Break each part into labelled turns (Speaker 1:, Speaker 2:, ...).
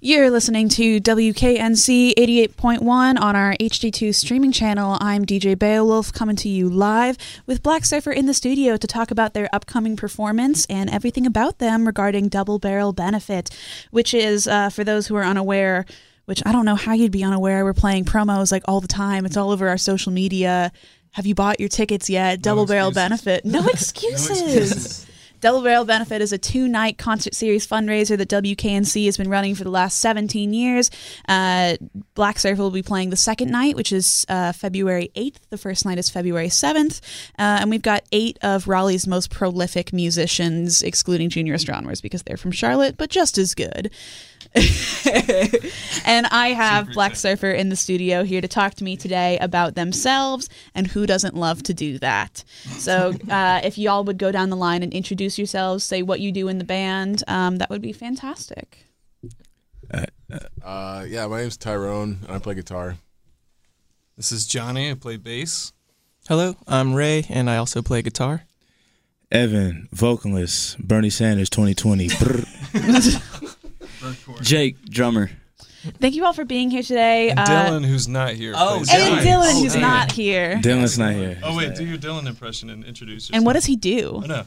Speaker 1: You're listening to WKNC 88.1 on our HD2 streaming channel. I'm DJ Beowulf coming to you live with Black Cypher in the studio to talk about their upcoming performance and everything about them regarding Double Barrel Benefit, which is, uh, for those who are unaware, which I don't know how you'd be unaware, we're playing promos like all the time. It's all over our social media. Have you bought your tickets yet? Double Barrel
Speaker 2: excuses.
Speaker 1: Benefit. No
Speaker 2: No
Speaker 1: excuses.
Speaker 2: excuses.
Speaker 1: Double Barrel Benefit is a two night concert series fundraiser that WKNC has been running for the last 17 years. Uh, Black Surfer will be playing the second night, which is uh, February 8th. The first night is February 7th. Uh, and we've got eight of Raleigh's most prolific musicians, excluding junior astronomers because they're from Charlotte, but just as good. and I have Black Surfer in the studio here to talk to me today about themselves and who doesn't love to do that. So, uh, if y'all would go down the line and introduce yourselves, say what you do in the band, um, that would be fantastic.
Speaker 3: Uh, yeah, my name's Tyrone, and I play guitar.
Speaker 2: This is Johnny. I play bass.
Speaker 4: Hello, I'm Ray, and I also play guitar.
Speaker 5: Evan, vocalist, Bernie Sanders 2020. Brr. Jake, drummer.
Speaker 1: Thank you all for being here today. Uh,
Speaker 2: And Dylan, who's not here.
Speaker 4: oh,
Speaker 2: plays
Speaker 1: and
Speaker 2: bass.
Speaker 1: Dylan,
Speaker 4: Oh,
Speaker 1: who's
Speaker 4: Dylan.
Speaker 1: not here.
Speaker 5: Dylan's not here.
Speaker 2: Oh wait, do your Dylan impression and introduce yourself.
Speaker 1: And what does he do?
Speaker 2: Oh, no.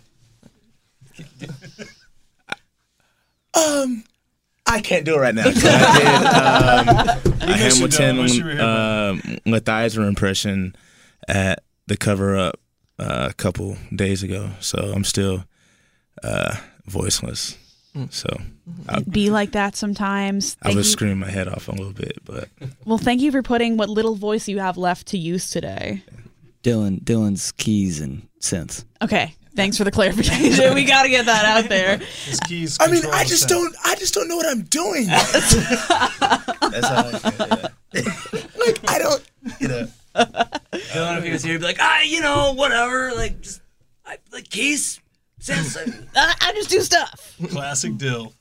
Speaker 5: I can't do it right now. So I did um, a
Speaker 2: wish you done, wish you were here,
Speaker 5: Hamilton um, Mathizer impression at the cover up uh, a couple days ago. So I'm still uh, voiceless.
Speaker 6: Mm.
Speaker 5: So
Speaker 1: Be like that sometimes.
Speaker 5: I
Speaker 1: Thank
Speaker 5: was
Speaker 1: you-
Speaker 5: screaming my head off a little bit, but
Speaker 1: Well, thank you for putting what little voice you have left to use today.
Speaker 6: Dylan Dylan's keys and synths.
Speaker 1: Okay. Thanks for the clarification. we got to get that out there.
Speaker 2: His keys. control sound.
Speaker 5: I just don't know what I'm doing. That's how I feel, yeah. Like I don't. You know.
Speaker 7: Dylan, if he was here, he'd be like, ah, you know, whatever. Like, just, I, like keys. Since
Speaker 1: Uh, I, I just do stuff.
Speaker 2: Classic Dill.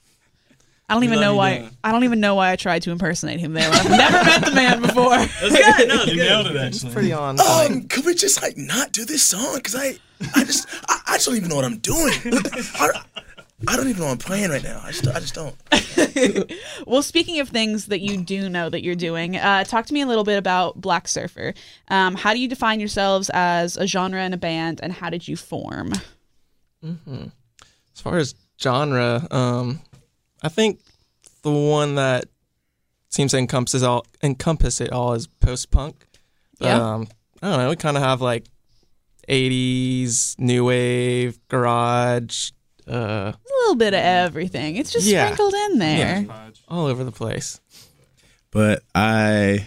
Speaker 1: I don't even
Speaker 2: love
Speaker 1: know
Speaker 2: you,
Speaker 1: why.
Speaker 2: Dylan.
Speaker 1: I don't even know why I tried to impersonate him there. I've never met the man before.
Speaker 2: You nailed it actually.
Speaker 4: Pretty on.
Speaker 5: Um, could we just like not do this song? Cause I, I just, I, I just don't even know what I'm doing. I, I don't even know what I'm playing right now. I just, I just don't.
Speaker 1: Well, speaking of things that you do know that you're doing, uh, talk to me a little bit about Black Surfer. Um, how do you define yourselves as a genre and a band, and how did you form?
Speaker 4: As far as genre, um, I think the one that seems to encompass all encompass it all is post punk.
Speaker 1: Yeah.
Speaker 4: Um, I don't know. We kind of have like '80s new wave, garage, uh,
Speaker 1: A little bit of everything. It's just
Speaker 4: Yeah.
Speaker 1: sprinkled in there.
Speaker 4: all over the place.
Speaker 5: But I,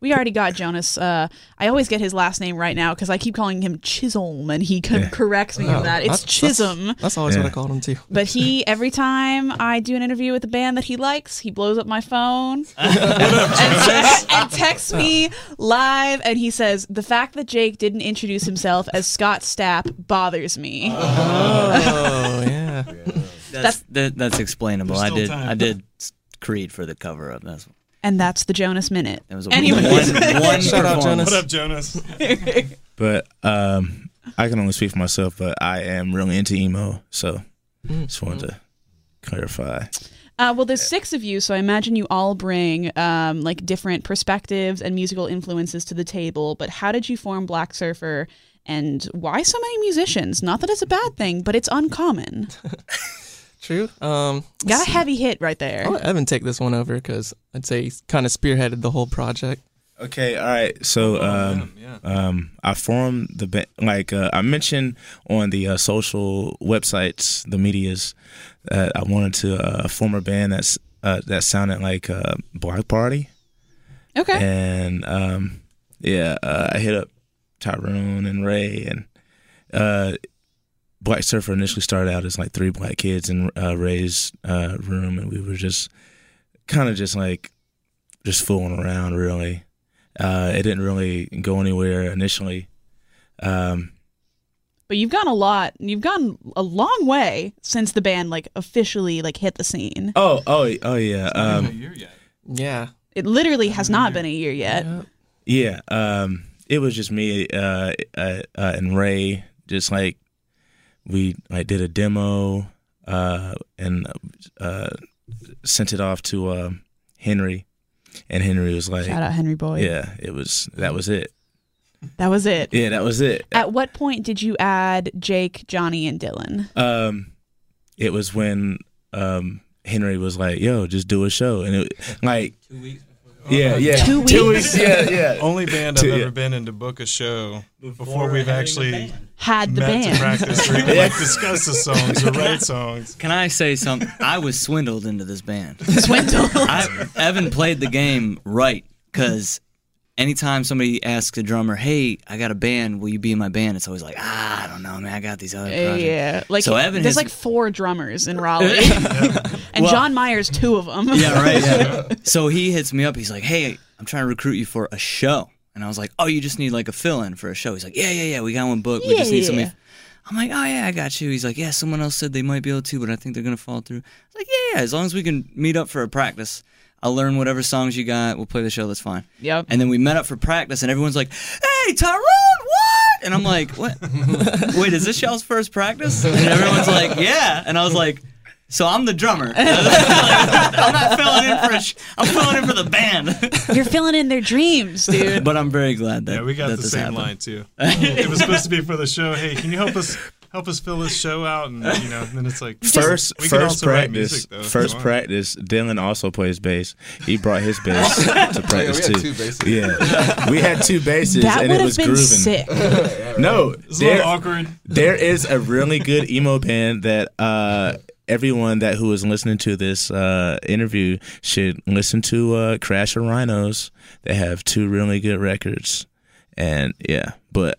Speaker 1: We already got Jonas. Uh, I always get his last name right now because I keep calling him Chisholm, and he co- corrects me on that. It's
Speaker 4: Oh, That's- that's-
Speaker 1: Chisholm.
Speaker 4: That's, always what
Speaker 5: Yeah.
Speaker 4: I called him too.
Speaker 1: But he, every time I do an interview with a band that he likes, he blows up my phone and, te- and texts me live. And he says, The fact that Jake didn't introduce himself as Scott Stapp bothers me.
Speaker 6: Uh.
Speaker 4: Oh yeah.
Speaker 1: That's-
Speaker 6: That's that, that's explainable.
Speaker 2: There's
Speaker 6: I
Speaker 2: still
Speaker 6: did
Speaker 2: time.
Speaker 6: I did s- Creed for the cover up. That's
Speaker 1: and that's the Jonas Minute.
Speaker 6: that was a
Speaker 1: Anyway.
Speaker 6: one, one
Speaker 4: Shout out,
Speaker 6: performance.
Speaker 4: Jonas.
Speaker 2: What up, Jonas?
Speaker 5: but um, I can only speak for myself. But I am really into emo, so just wanted to clarify.
Speaker 1: Uh, well, there's six of you, so I imagine you all bring um, like different perspectives and musical influences to the table. But how did you form Black Surfer? And why so many musicians? Not that it's a bad thing, but it's uncommon.
Speaker 4: True. Um,
Speaker 1: Got a heavy hit right there.
Speaker 4: I'll let Evan take this one over because I'd say he's kind of spearheaded the whole project.
Speaker 5: Okay, all right.
Speaker 2: Oh,
Speaker 5: So um, um, I formed the ba- like uh, I mentioned on the uh, social websites, the media's that I wanted to uh, form a band that's uh, that sounded like uh, Black Party,
Speaker 1: Okay.
Speaker 5: and um, yeah, uh, I hit up Tyrone and Ray and uh, Black Surfer initially started out as like three black kids in uh, Ray's uh, room, and we were just kind of just like just fooling around, really. Uh, it didn't really go anywhere initially. Um,
Speaker 1: But you've gone a lot. You've gone a long way since the band like officially like hit the scene.
Speaker 5: oh, oh, oh, yeah,
Speaker 2: Um, a
Speaker 5: um,
Speaker 2: year yet.
Speaker 4: Yeah.
Speaker 1: It literally has not been a year yet.
Speaker 4: Yep.
Speaker 5: yeah. Um, it was just me uh, uh, uh, and Ray, just like we like did a demo uh, and uh, sent it off to uh, Henry, and Henry was like,
Speaker 1: Shout out Henry Boyd.
Speaker 5: "Yeah, it was that was it.
Speaker 1: That was it.
Speaker 5: Yeah, that was it."
Speaker 1: At what point did you add Jake, Johnny, and Dylan?
Speaker 5: Um, it was when um Henry was like, "Yo, just do a show," and it like two weeks. Before Oh, yeah, yeah,
Speaker 1: Two weeks?
Speaker 5: yeah, yeah.
Speaker 8: Only band I've
Speaker 5: To-
Speaker 8: ever been in to book a show before we've actually
Speaker 1: Had the
Speaker 8: met to
Speaker 1: band.
Speaker 8: practice or even like discuss the songs or write songs.
Speaker 6: Can I say something? I was swindled into this band.
Speaker 1: Swindle.
Speaker 6: I, Evan played the game right because anytime somebody asks a drummer, "Hey, I got a band. Will you be in my band?" It's always like, "Ah, I don't know, man. I got these other projects."
Speaker 1: yeah. Like
Speaker 6: So Evan
Speaker 1: there's
Speaker 6: has-
Speaker 1: like four drummers in Raleigh. and John Meyer's two of them.
Speaker 6: Yeah, right. yeah. so he hits me up. He's like, "Hey, I'm trying to recruit you for a show," and I was like, "Oh, you just need like a fill-in for a show." He's like, "Yeah, yeah, yeah. We got one booked. we just
Speaker 1: Yeah,
Speaker 6: need
Speaker 1: yeah,
Speaker 6: somebody."
Speaker 1: yeah.
Speaker 6: I'm like, "Oh yeah, I got you." He's like, "Yeah, someone else said they might be able to, but I think they're gonna fall through." I was like, "Yeah, yeah. As long as we can meet up for a practice." I'll learn whatever songs you got. We'll play the show. That's fine.
Speaker 1: Yep.
Speaker 6: And then we met up for practice, and everyone's like, "Hey, Tyrone, what?" And I'm like, "What? Wait, is this y'all's first practice?" And everyone's like, "Yeah." And I was like, "So I'm the drummer. I'm not filling in for a sh- I'm filling in for the band."
Speaker 1: You're filling in their dreams, dude.
Speaker 6: but I'm very glad that
Speaker 8: Yeah, we got
Speaker 6: that
Speaker 8: the
Speaker 6: this
Speaker 8: same
Speaker 6: happened.
Speaker 8: line too. it was supposed to be for the show. Hey, can you help us help us fill this show out? And you know, and then it's like
Speaker 5: First,
Speaker 8: we can
Speaker 5: first
Speaker 8: also write
Speaker 5: practice.
Speaker 8: music, though, if you
Speaker 5: first
Speaker 8: want.
Speaker 5: practice. Dylan also plays bass. He brought his bass to practice
Speaker 3: had
Speaker 5: too.
Speaker 3: two basses.
Speaker 5: Yeah, we had two basses,
Speaker 1: that
Speaker 5: and
Speaker 1: would
Speaker 5: it
Speaker 1: have
Speaker 5: was
Speaker 1: been
Speaker 5: grooving.
Speaker 1: sick.
Speaker 5: No,
Speaker 2: It's a little
Speaker 5: there-
Speaker 2: awkward.
Speaker 5: there is a really good emo band that uh, everyone that who is listening to this uh, interview should listen to uh, Crash and Rhinos. They have two really good records, and yeah, but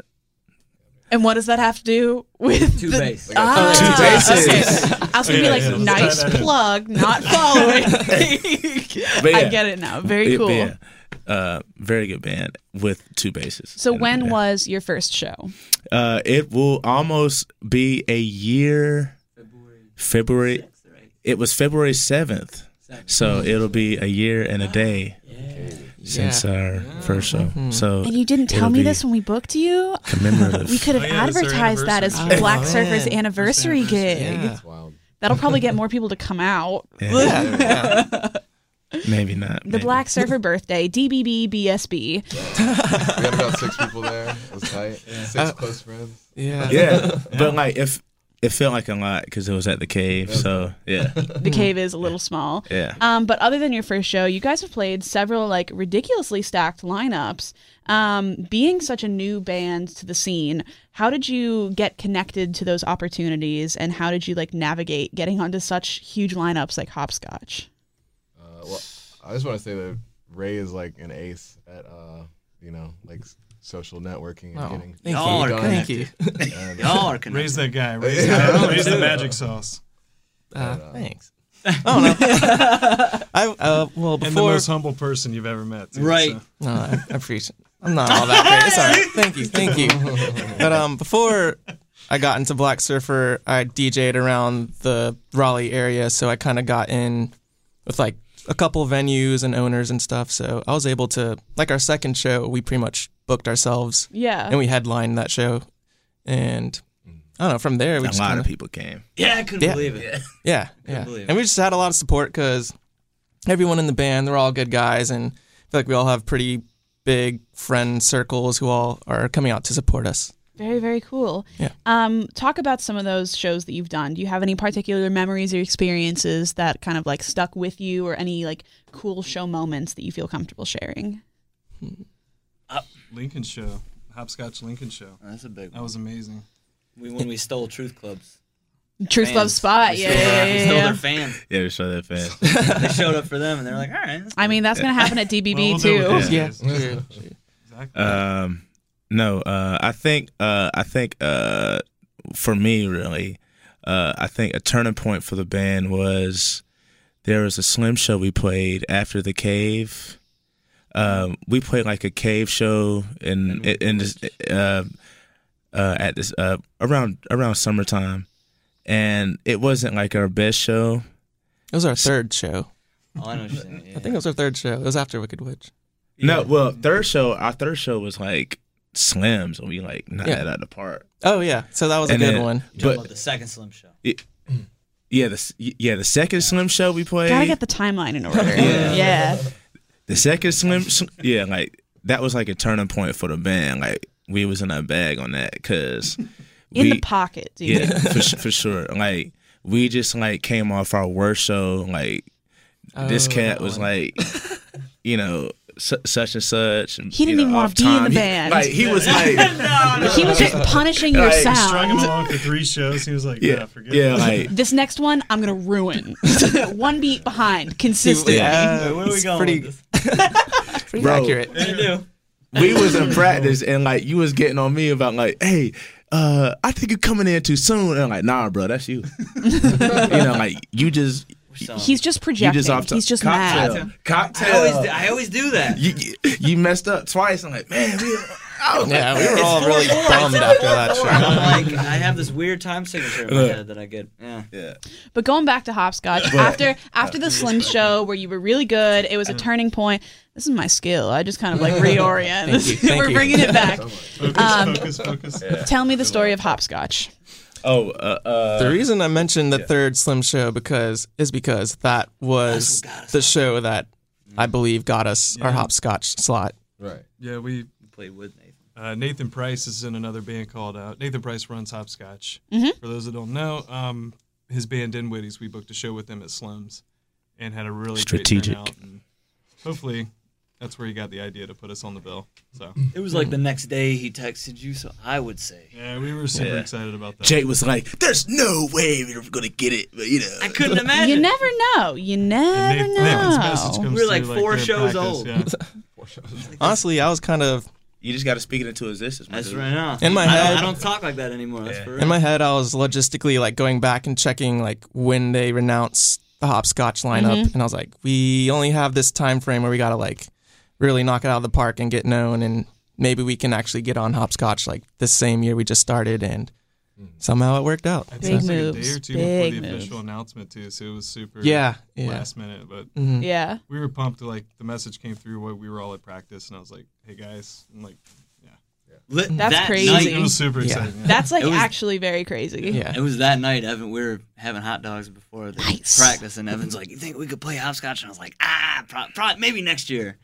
Speaker 1: And what does that have to do with
Speaker 6: Two
Speaker 1: the-
Speaker 6: bass.
Speaker 1: Ah,
Speaker 5: Oh, Two bases.
Speaker 1: Okay. I was gonna be
Speaker 8: Yeah,
Speaker 1: like,
Speaker 8: yeah, let's
Speaker 1: nice
Speaker 8: tie that in.
Speaker 1: plug, not following.
Speaker 5: but yeah,
Speaker 1: I get it now. Very
Speaker 5: Yeah, but
Speaker 1: cool.
Speaker 5: yeah. Uh, very good band with two basses.
Speaker 1: So
Speaker 5: And,
Speaker 1: when
Speaker 5: yeah.
Speaker 1: was your first show?
Speaker 5: Uh, it will almost be a year. February. It was February seventh. So it'll be a year and a day since our first show. So
Speaker 1: Mm-hmm. And you didn't tell
Speaker 5: it'll
Speaker 1: me
Speaker 5: be
Speaker 1: this when we booked you.
Speaker 5: commemorative.
Speaker 1: We could have
Speaker 8: Oh, yeah, it's their
Speaker 1: advertised that as
Speaker 8: anniversary.
Speaker 1: Black
Speaker 4: Oh,
Speaker 1: Surfer's
Speaker 4: man.
Speaker 1: anniversary gig.
Speaker 4: Yeah.
Speaker 3: Wild.
Speaker 1: That'll probably get more people to come out.
Speaker 5: Yeah, maybe not.
Speaker 1: The Black Surfer birthday, DBB BSB.
Speaker 3: We had about six people there. It was tight. Six close friends.
Speaker 4: Yeah.
Speaker 5: Yeah, but like if it felt like a lot because it was at the cave. So yeah,
Speaker 8: Mm-hmm.
Speaker 1: The cave is a little small.
Speaker 5: yeah.
Speaker 1: Um, but other than your first show, you guys have played several like ridiculously stacked lineups. Um, being such a new band to the scene, how did you get connected to those opportunities, and how did you like navigate getting onto such huge lineups like Hopscotch?
Speaker 3: Uh, well, I just want to say that Ray is like an ace at uh, you know, like s- social networking and
Speaker 4: Oh,
Speaker 3: getting. shit
Speaker 4: thank you.
Speaker 6: Y'all are
Speaker 3: done.
Speaker 4: Thank you.
Speaker 3: And, uh,
Speaker 6: Y'all are connected.
Speaker 2: Raise that guy. Raise, that, raise the magic sauce.
Speaker 4: Uh, thanks. I don't know. I uh, well
Speaker 8: and the
Speaker 4: before.
Speaker 8: most humble person you've ever met. too,
Speaker 6: Right.
Speaker 8: so.
Speaker 4: No, I, I appreciate. I'm not all that great. It's all right. Thank you, thank you. But um, before I got into Black Surfer, I DJ'd around the Raleigh area, so I kind of got in with like a couple venues and owners and stuff. So I was able to like our second show, we pretty much booked ourselves
Speaker 1: Yeah,
Speaker 8: Oh.
Speaker 4: and we headlined that show, and I don't know. From there, we
Speaker 5: a
Speaker 4: just
Speaker 5: lot
Speaker 4: kind
Speaker 5: of people came.
Speaker 7: Yeah, I couldn't
Speaker 4: Yeah.
Speaker 7: believe it.
Speaker 4: yeah, yeah.
Speaker 6: believe it.
Speaker 4: And we just had a lot of support because everyone in the band, they're all good guys, and I feel like we all have pretty big friend circles who all are coming out to support us.
Speaker 1: very very cool.
Speaker 4: Yeah.
Speaker 1: Um, talk about some of those shows that you've done. Do you have any particular memories or experiences that kind of like stuck with you, or any like cool show moments that you feel comfortable sharing?
Speaker 2: Lincoln show. Hopscotch Lincoln show.
Speaker 6: Oh, That's a big
Speaker 2: That
Speaker 6: one.
Speaker 2: was amazing.
Speaker 6: We, when we stole Truth Clubs.
Speaker 1: Truth Love
Speaker 6: Fans.
Speaker 1: Spot.
Speaker 6: We
Speaker 1: Yeah,
Speaker 6: stole
Speaker 1: yeah,
Speaker 6: their-
Speaker 1: yeah,
Speaker 6: We stole
Speaker 1: yeah.
Speaker 6: their fans.
Speaker 5: Yeah, we saw that fan.
Speaker 6: They showed up for them, and they're like, "All right." that's
Speaker 1: I mean, that's gonna happen at
Speaker 2: Well,
Speaker 1: DBB
Speaker 2: we'll
Speaker 1: too.
Speaker 2: do it with
Speaker 4: Yeah.
Speaker 2: these guys.
Speaker 4: True, true.
Speaker 2: Exactly.
Speaker 5: Um, no, uh, I think uh, I think uh, for me really, uh, I think a turning point for the band was there was a Slim show we played after the Cave. Um, we played like a cave show in in, in this, uh, uh, at this uh, around around summertime, and it wasn't like our best show.
Speaker 4: It was our third show.
Speaker 6: all I know what you're saying, yeah.
Speaker 4: I think it was our third show. It was after Wicked Witch.
Speaker 5: No, well, third show our third show was like Slim's, and we like knocked
Speaker 4: Yeah.
Speaker 5: it out of the park.
Speaker 4: Oh yeah, so that was a
Speaker 5: And
Speaker 4: good
Speaker 5: then-
Speaker 4: one.
Speaker 6: Talking
Speaker 5: But
Speaker 6: about the second Slim show.
Speaker 5: yeah, the s- yeah the second Slim show we played.
Speaker 1: Gotta get the timeline in order.
Speaker 5: Yeah.
Speaker 1: yeah.
Speaker 5: the second Slim, Slim- yeah, like that was like a turning point for the band. Like we was in a bag on that because
Speaker 1: In the pocket, dude.
Speaker 5: yeah, for, su- for sure. Like we just like came off our worst show. Like this
Speaker 4: Oh,
Speaker 5: cat
Speaker 4: that
Speaker 5: was
Speaker 4: one.
Speaker 5: like, you know, su- such and such. And,
Speaker 1: He didn't
Speaker 5: you know,
Speaker 1: even wanna
Speaker 5: off
Speaker 1: be in the
Speaker 5: time. He-
Speaker 1: band.
Speaker 5: like he was like,
Speaker 1: He was just punishing your
Speaker 5: Like,
Speaker 8: Strung him
Speaker 1: sound.
Speaker 8: along for three shows. He was like, yeah,
Speaker 5: yeah,
Speaker 8: forget
Speaker 5: yeah,
Speaker 8: it.
Speaker 5: like
Speaker 1: This next one, I'm gonna ruin. one beat behind, consistently.
Speaker 4: Yeah,
Speaker 6: Where are we
Speaker 4: uh, it's
Speaker 6: going
Speaker 4: Pretty,
Speaker 6: with
Speaker 4: pretty
Speaker 5: Bro.
Speaker 4: accurate.
Speaker 6: this? What do you do?
Speaker 5: we was in practice and like you was getting on me about like, hey, uh, I think you're coming in too soon. And I'm like, nah, bro, that's you. you know, like you just
Speaker 1: He's just
Speaker 5: you
Speaker 1: projecting.
Speaker 5: just off. to-
Speaker 1: He's just
Speaker 5: cocktail,
Speaker 1: mad.
Speaker 5: Cocktail.
Speaker 6: I always, do- I always do that.
Speaker 5: you, you- you messed up twice. I'm like, man, we, I was
Speaker 4: Yeah,
Speaker 5: like,
Speaker 4: we were all
Speaker 6: four,
Speaker 4: really
Speaker 6: four,
Speaker 4: bummed
Speaker 6: it's
Speaker 4: after that
Speaker 6: And
Speaker 4: show.
Speaker 6: I'm like, I have this weird time signature in my
Speaker 4: Uh.
Speaker 6: head that I get. Yeah.
Speaker 5: yeah.
Speaker 1: But going back to hopscotch, after after the Slim Show where you were really good, it was a turning point. This is my skill. I just kind of like reorient.
Speaker 4: Mm. Thank you, thank
Speaker 1: we're
Speaker 4: you.
Speaker 1: bringing it back. Um,
Speaker 8: Focus, focus, focus.
Speaker 1: Tell me the story of hopscotch.
Speaker 5: Oh, uh, uh,
Speaker 4: The reason I mentioned the third Slim Show because is because that was the show that I believe got us our hopscotch slot.
Speaker 3: Right.
Speaker 2: Yeah, we
Speaker 6: Played with Nathan.
Speaker 2: uh, Nathan Price is in another band called uh, Nathan Price runs Hopscotch. For those that don't know, um, his band Dinwiddie's, we booked a show with them at Slim's and had a really
Speaker 5: Strategic.
Speaker 2: Great turnout, and hopefully, that's where he got the idea to put us on the bill. So
Speaker 6: It was like the next day he texted you, so I would say.
Speaker 2: yeah, we were super
Speaker 5: Yeah.
Speaker 2: excited about that.
Speaker 5: Jake was like, "There's no way we're gonna get it," but you know,
Speaker 6: I couldn't imagine.
Speaker 1: You never know. You never
Speaker 2: Nathan, Nathan's message
Speaker 1: know.
Speaker 2: comes
Speaker 6: We were like
Speaker 2: through,
Speaker 6: four
Speaker 2: during
Speaker 6: shows
Speaker 2: practice,
Speaker 6: old.
Speaker 2: yeah.
Speaker 4: Honestly, I was kind of
Speaker 5: you just gotta speak it into existence. my
Speaker 6: That's
Speaker 5: dude.
Speaker 6: right now.
Speaker 4: In my
Speaker 6: I don't-
Speaker 4: head-
Speaker 6: I don't talk like that anymore. That's for real.
Speaker 4: in my head. I was logistically like going back and checking like when they renounced the hopscotch lineup,
Speaker 1: Mm-hmm.
Speaker 4: and I was like, we only have this time frame where we gotta like really knock it out of the park and get known, and maybe we can actually get on hopscotch like this same year we just started, and
Speaker 5: Mm.
Speaker 4: somehow it worked out.
Speaker 2: It
Speaker 1: Big
Speaker 2: seems Like a day
Speaker 1: moves,
Speaker 2: or two
Speaker 1: big
Speaker 2: before the
Speaker 1: moves.
Speaker 2: official announcement too, so it was super
Speaker 4: Yeah, yeah.
Speaker 2: last minute. But
Speaker 1: Mm-hmm. Yeah.
Speaker 2: we were pumped. Like the message came through. What we were all at practice, and I was like, "Hey guys," and like
Speaker 6: Li-
Speaker 1: That's
Speaker 6: that
Speaker 1: crazy.
Speaker 6: night-
Speaker 2: it was super
Speaker 4: Yeah.
Speaker 2: exciting. yeah.
Speaker 1: That's like
Speaker 6: It was-
Speaker 1: actually very crazy.
Speaker 4: Yeah.
Speaker 6: It was that night, Evan. We were having hot dogs before the
Speaker 1: Nice.
Speaker 6: practice, and Evan's like, "You think we could play hopscotch?" And I was like, "Ah, probably, probably maybe next year."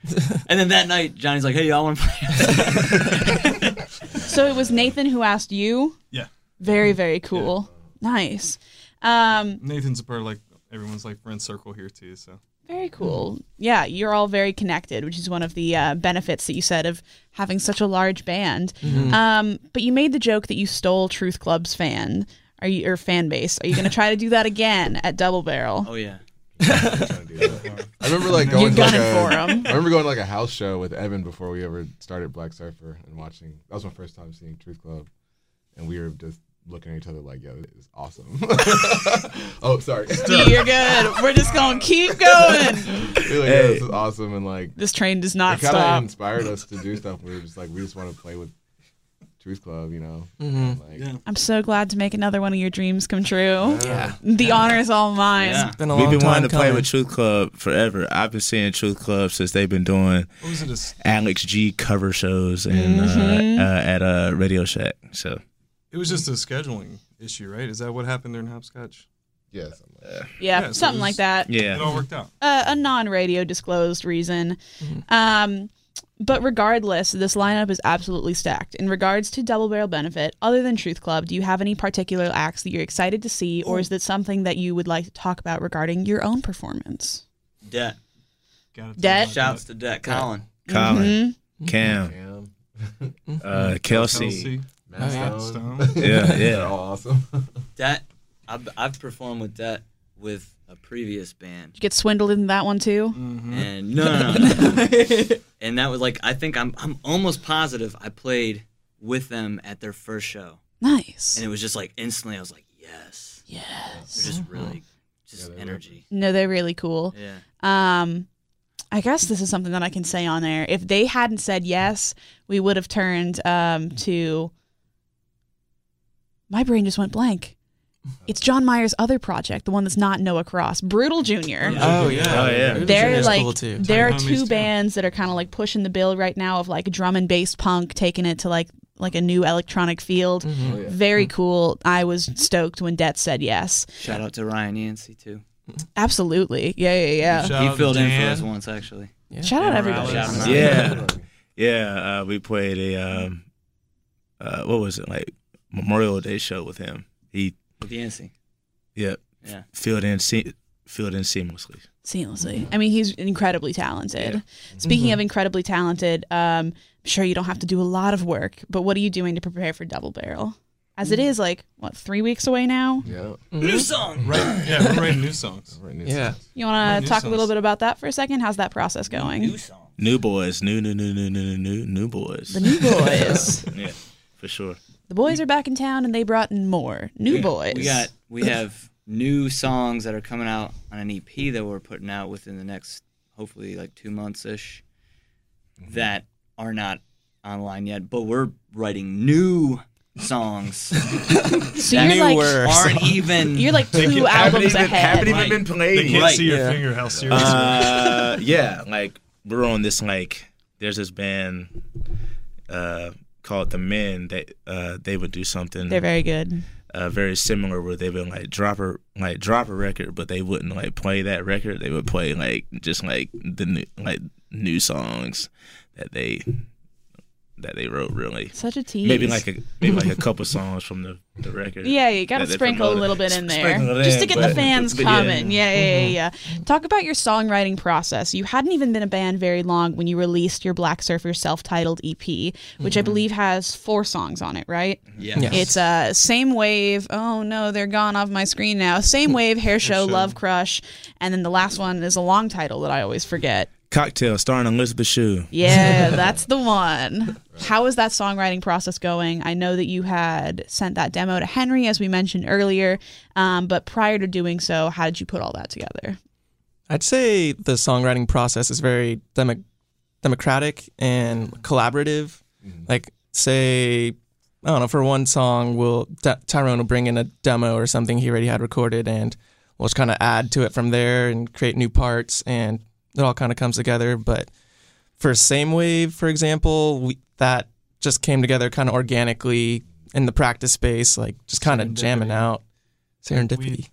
Speaker 6: and then that night, Johnny's like, "Hey, y'all want to play?"
Speaker 1: So it was Nathan who asked you.
Speaker 2: Yeah.
Speaker 1: Very very cool. Nice. Um,
Speaker 2: Nathan's a part of like everyone's like friend circle here too. So
Speaker 1: Very cool. Yeah, you're all very connected, which is one of the uh, benefits that you said of having such a large band. Um, but you made the joke that you stole Truth Club's fan. Are you or fan base? Are you going to try to do that again at Double Barrel?
Speaker 6: oh yeah,
Speaker 3: I remember like
Speaker 1: You're
Speaker 3: going to like
Speaker 1: gunning
Speaker 3: a,
Speaker 1: for him.
Speaker 3: I remember going to like a house show with Evan before we ever started Black Surfer and watching. That was my first time seeing Truth Club, and we were just looking at each other like, "Yo, this is awesome." oh, sorry.
Speaker 1: You're good. We're just going to keep going.
Speaker 3: We were like, "Yo, this is awesome, and like
Speaker 1: This train does not
Speaker 3: it kind of
Speaker 1: stop.
Speaker 3: inspired us to do stuff. We were just like, we just want to play with Truth Club, you know.
Speaker 1: Mm-hmm.
Speaker 3: Like,
Speaker 1: I'm so glad to make another one of your dreams come true.
Speaker 4: Yeah.
Speaker 1: The honor is all mine.
Speaker 6: yeah.
Speaker 4: Been a
Speaker 5: We've
Speaker 4: long
Speaker 5: been
Speaker 4: time
Speaker 5: wanting to play
Speaker 4: coming.
Speaker 5: with Truth Club forever. I've been seeing Truth Club since they've been doing
Speaker 2: what was it? A, s-
Speaker 5: Alex G cover shows and
Speaker 1: Mm-hmm.
Speaker 5: uh, uh, at uh, Radio Shack. So
Speaker 2: it was just a scheduling issue, right? Is that what happened during hopscotch?
Speaker 3: yeah, something like that.
Speaker 1: Yeah,
Speaker 2: Yeah, so
Speaker 1: something like
Speaker 2: there's-
Speaker 1: that.
Speaker 2: It all
Speaker 5: yeah,
Speaker 2: worked out.
Speaker 1: a, a non-radio disclosed reason. Um, but regardless, this lineup is absolutely stacked. In regards to Double Barrel Benefit, other than Truth Club, do you have any particular acts that you're excited to see, or is that something that you would like to talk about regarding your own performance?
Speaker 6: Debt.
Speaker 2: Got it.
Speaker 1: Debt.
Speaker 6: Shouts to Debt, Colin.
Speaker 1: Mm-hmm.
Speaker 5: Colin, Cam,
Speaker 3: Damn.
Speaker 6: Mm-hmm.
Speaker 5: uh, Kelsey.
Speaker 2: Kelsey.
Speaker 1: Oh,
Speaker 3: Matt
Speaker 4: yeah.
Speaker 3: Stone.
Speaker 2: Stone.
Speaker 5: Yeah,
Speaker 3: They're
Speaker 5: yeah.
Speaker 3: all awesome. Oh,
Speaker 6: Debt. I've, I've performed with Debt with a previous band,
Speaker 1: You get swindled in that one
Speaker 6: Mm.
Speaker 1: too.
Speaker 2: Mm-hmm.
Speaker 6: and no, no, no, no. and that was like, I think I'm, I'm almost positive I played with them at their first show,
Speaker 1: Nice.
Speaker 6: and it was just like instantly, I was like, yes, yes. They're just really,
Speaker 1: Uh-huh.
Speaker 6: just energy.
Speaker 1: No, they're really cool.
Speaker 6: Yeah.
Speaker 1: Um, I guess this is something that I can say on there. If they hadn't said yes, we would have turned um, to. My brain just went blank. It's John Mayer's other project, the one that's not Noah Cross, Brutal Junior.
Speaker 4: Oh yeah.
Speaker 5: Oh, yeah.
Speaker 1: They're
Speaker 4: Junior's
Speaker 1: like
Speaker 4: cool, too.
Speaker 1: there are
Speaker 2: Tiny Homies,
Speaker 1: two
Speaker 2: too.
Speaker 1: bands that are kind of like pushing the bill right now of like drum and bass punk, taking it to like like a new electronic field.
Speaker 2: Mm-hmm.
Speaker 3: Oh, yeah.
Speaker 1: Very cool. I was stoked when Det said yes.
Speaker 6: Shout out to Ryan Yancey too.
Speaker 1: Absolutely. Yeah, yeah, yeah.
Speaker 2: Shout
Speaker 6: he
Speaker 2: out
Speaker 6: filled in for
Speaker 2: Dan.
Speaker 6: us once actually.
Speaker 1: Shout out
Speaker 2: Yeah,
Speaker 1: everybody.
Speaker 2: Morales.
Speaker 6: Shout out.
Speaker 5: Yeah. Yeah, uh, we played a um, uh, what was it like Memorial Day show with him. He
Speaker 6: With Yancey.
Speaker 5: yeah,
Speaker 6: Yeah.
Speaker 5: filled in se- filled in seamlessly.
Speaker 1: Seamlessly. I mean, he's incredibly talented. Speaking
Speaker 4: Mm-hmm.
Speaker 1: of incredibly talented, um, I'm sure you don't have to do a lot of work, but what are you doing to prepare for Double Barrel? As it is, like, what, three weeks away now?
Speaker 3: Yeah.
Speaker 6: New song.
Speaker 2: Right. Yeah, we're writing new songs.
Speaker 3: Right
Speaker 5: Mm-hmm.
Speaker 3: news.
Speaker 4: Yeah.
Speaker 1: You
Speaker 2: Yeah,
Speaker 1: want
Speaker 2: new
Speaker 1: to talk a little
Speaker 2: songs.
Speaker 1: bit about that for a second? How's that process going?
Speaker 6: New song.
Speaker 5: New boys, new new new new new new new new boys.
Speaker 1: The new boys.
Speaker 5: yeah, for sure.
Speaker 1: the boys are back in town and they brought in more new boys.
Speaker 6: We got we have new songs that are coming out on an EP that we're putting out within the next hopefully like two months ish
Speaker 2: Mm-hmm.
Speaker 6: that are not online yet, but we're writing new songs
Speaker 1: so
Speaker 6: that
Speaker 1: you're like,
Speaker 4: newer.
Speaker 6: aren't even
Speaker 1: you're like two albums ahead.
Speaker 6: even been
Speaker 8: They
Speaker 5: played.
Speaker 8: can't
Speaker 6: Right,
Speaker 8: see your
Speaker 4: yeah.
Speaker 8: finger. How serious?
Speaker 5: Uh, yeah, like we're on this like there's this band uh called the Men that uh they would do something
Speaker 1: They're very good.
Speaker 5: uh, very similar where they would like drop a like drop a record, but they wouldn't like play that record. They would play like just like the new like new songs that they that they wrote really.
Speaker 1: Such a tease.
Speaker 5: Maybe like a maybe like a couple songs from the, the record.
Speaker 1: Yeah, you got to
Speaker 5: that they
Speaker 1: sprinkle a
Speaker 5: promoted.
Speaker 1: little bit in
Speaker 5: S-
Speaker 1: there
Speaker 5: sprinkle it
Speaker 1: just to
Speaker 5: in,
Speaker 1: get the
Speaker 5: but- Mm-hmm.
Speaker 1: fans
Speaker 5: but yeah.
Speaker 1: coming. Yeah, yeah, yeah, yeah. Talk about your songwriting process. You hadn't even been a band very long when you released your Black Surfer self-titled EP, which I
Speaker 5: Mm-hmm.
Speaker 1: believe has four songs on it, right?
Speaker 6: yeah.
Speaker 4: Yeah.
Speaker 1: It's uh same wave. Oh no, they're gone off my screen now.
Speaker 5: Mm-hmm.
Speaker 1: Same wave, hair show, love crush, and then the last one is a long title that I always forget.
Speaker 5: Cocktail starring Elizabeth Shue.
Speaker 1: Yeah, that's the one. How is that songwriting process going? I know that you had sent that demo to Henry, as we mentioned earlier, um, but prior to doing so, how did you put all that together?
Speaker 4: I'd say the songwriting process is very demo- democratic and collaborative. Like, say, I don't know, for one song, we'll Ty- Tyrone will bring in a demo or something he already had recorded, and we'll just kind of add to it from there and create new parts, and it all kind of comes together. But for Same Wave, for example, we, that just came together kind of organically in the practice space, like just kind of jamming out. Serendipity.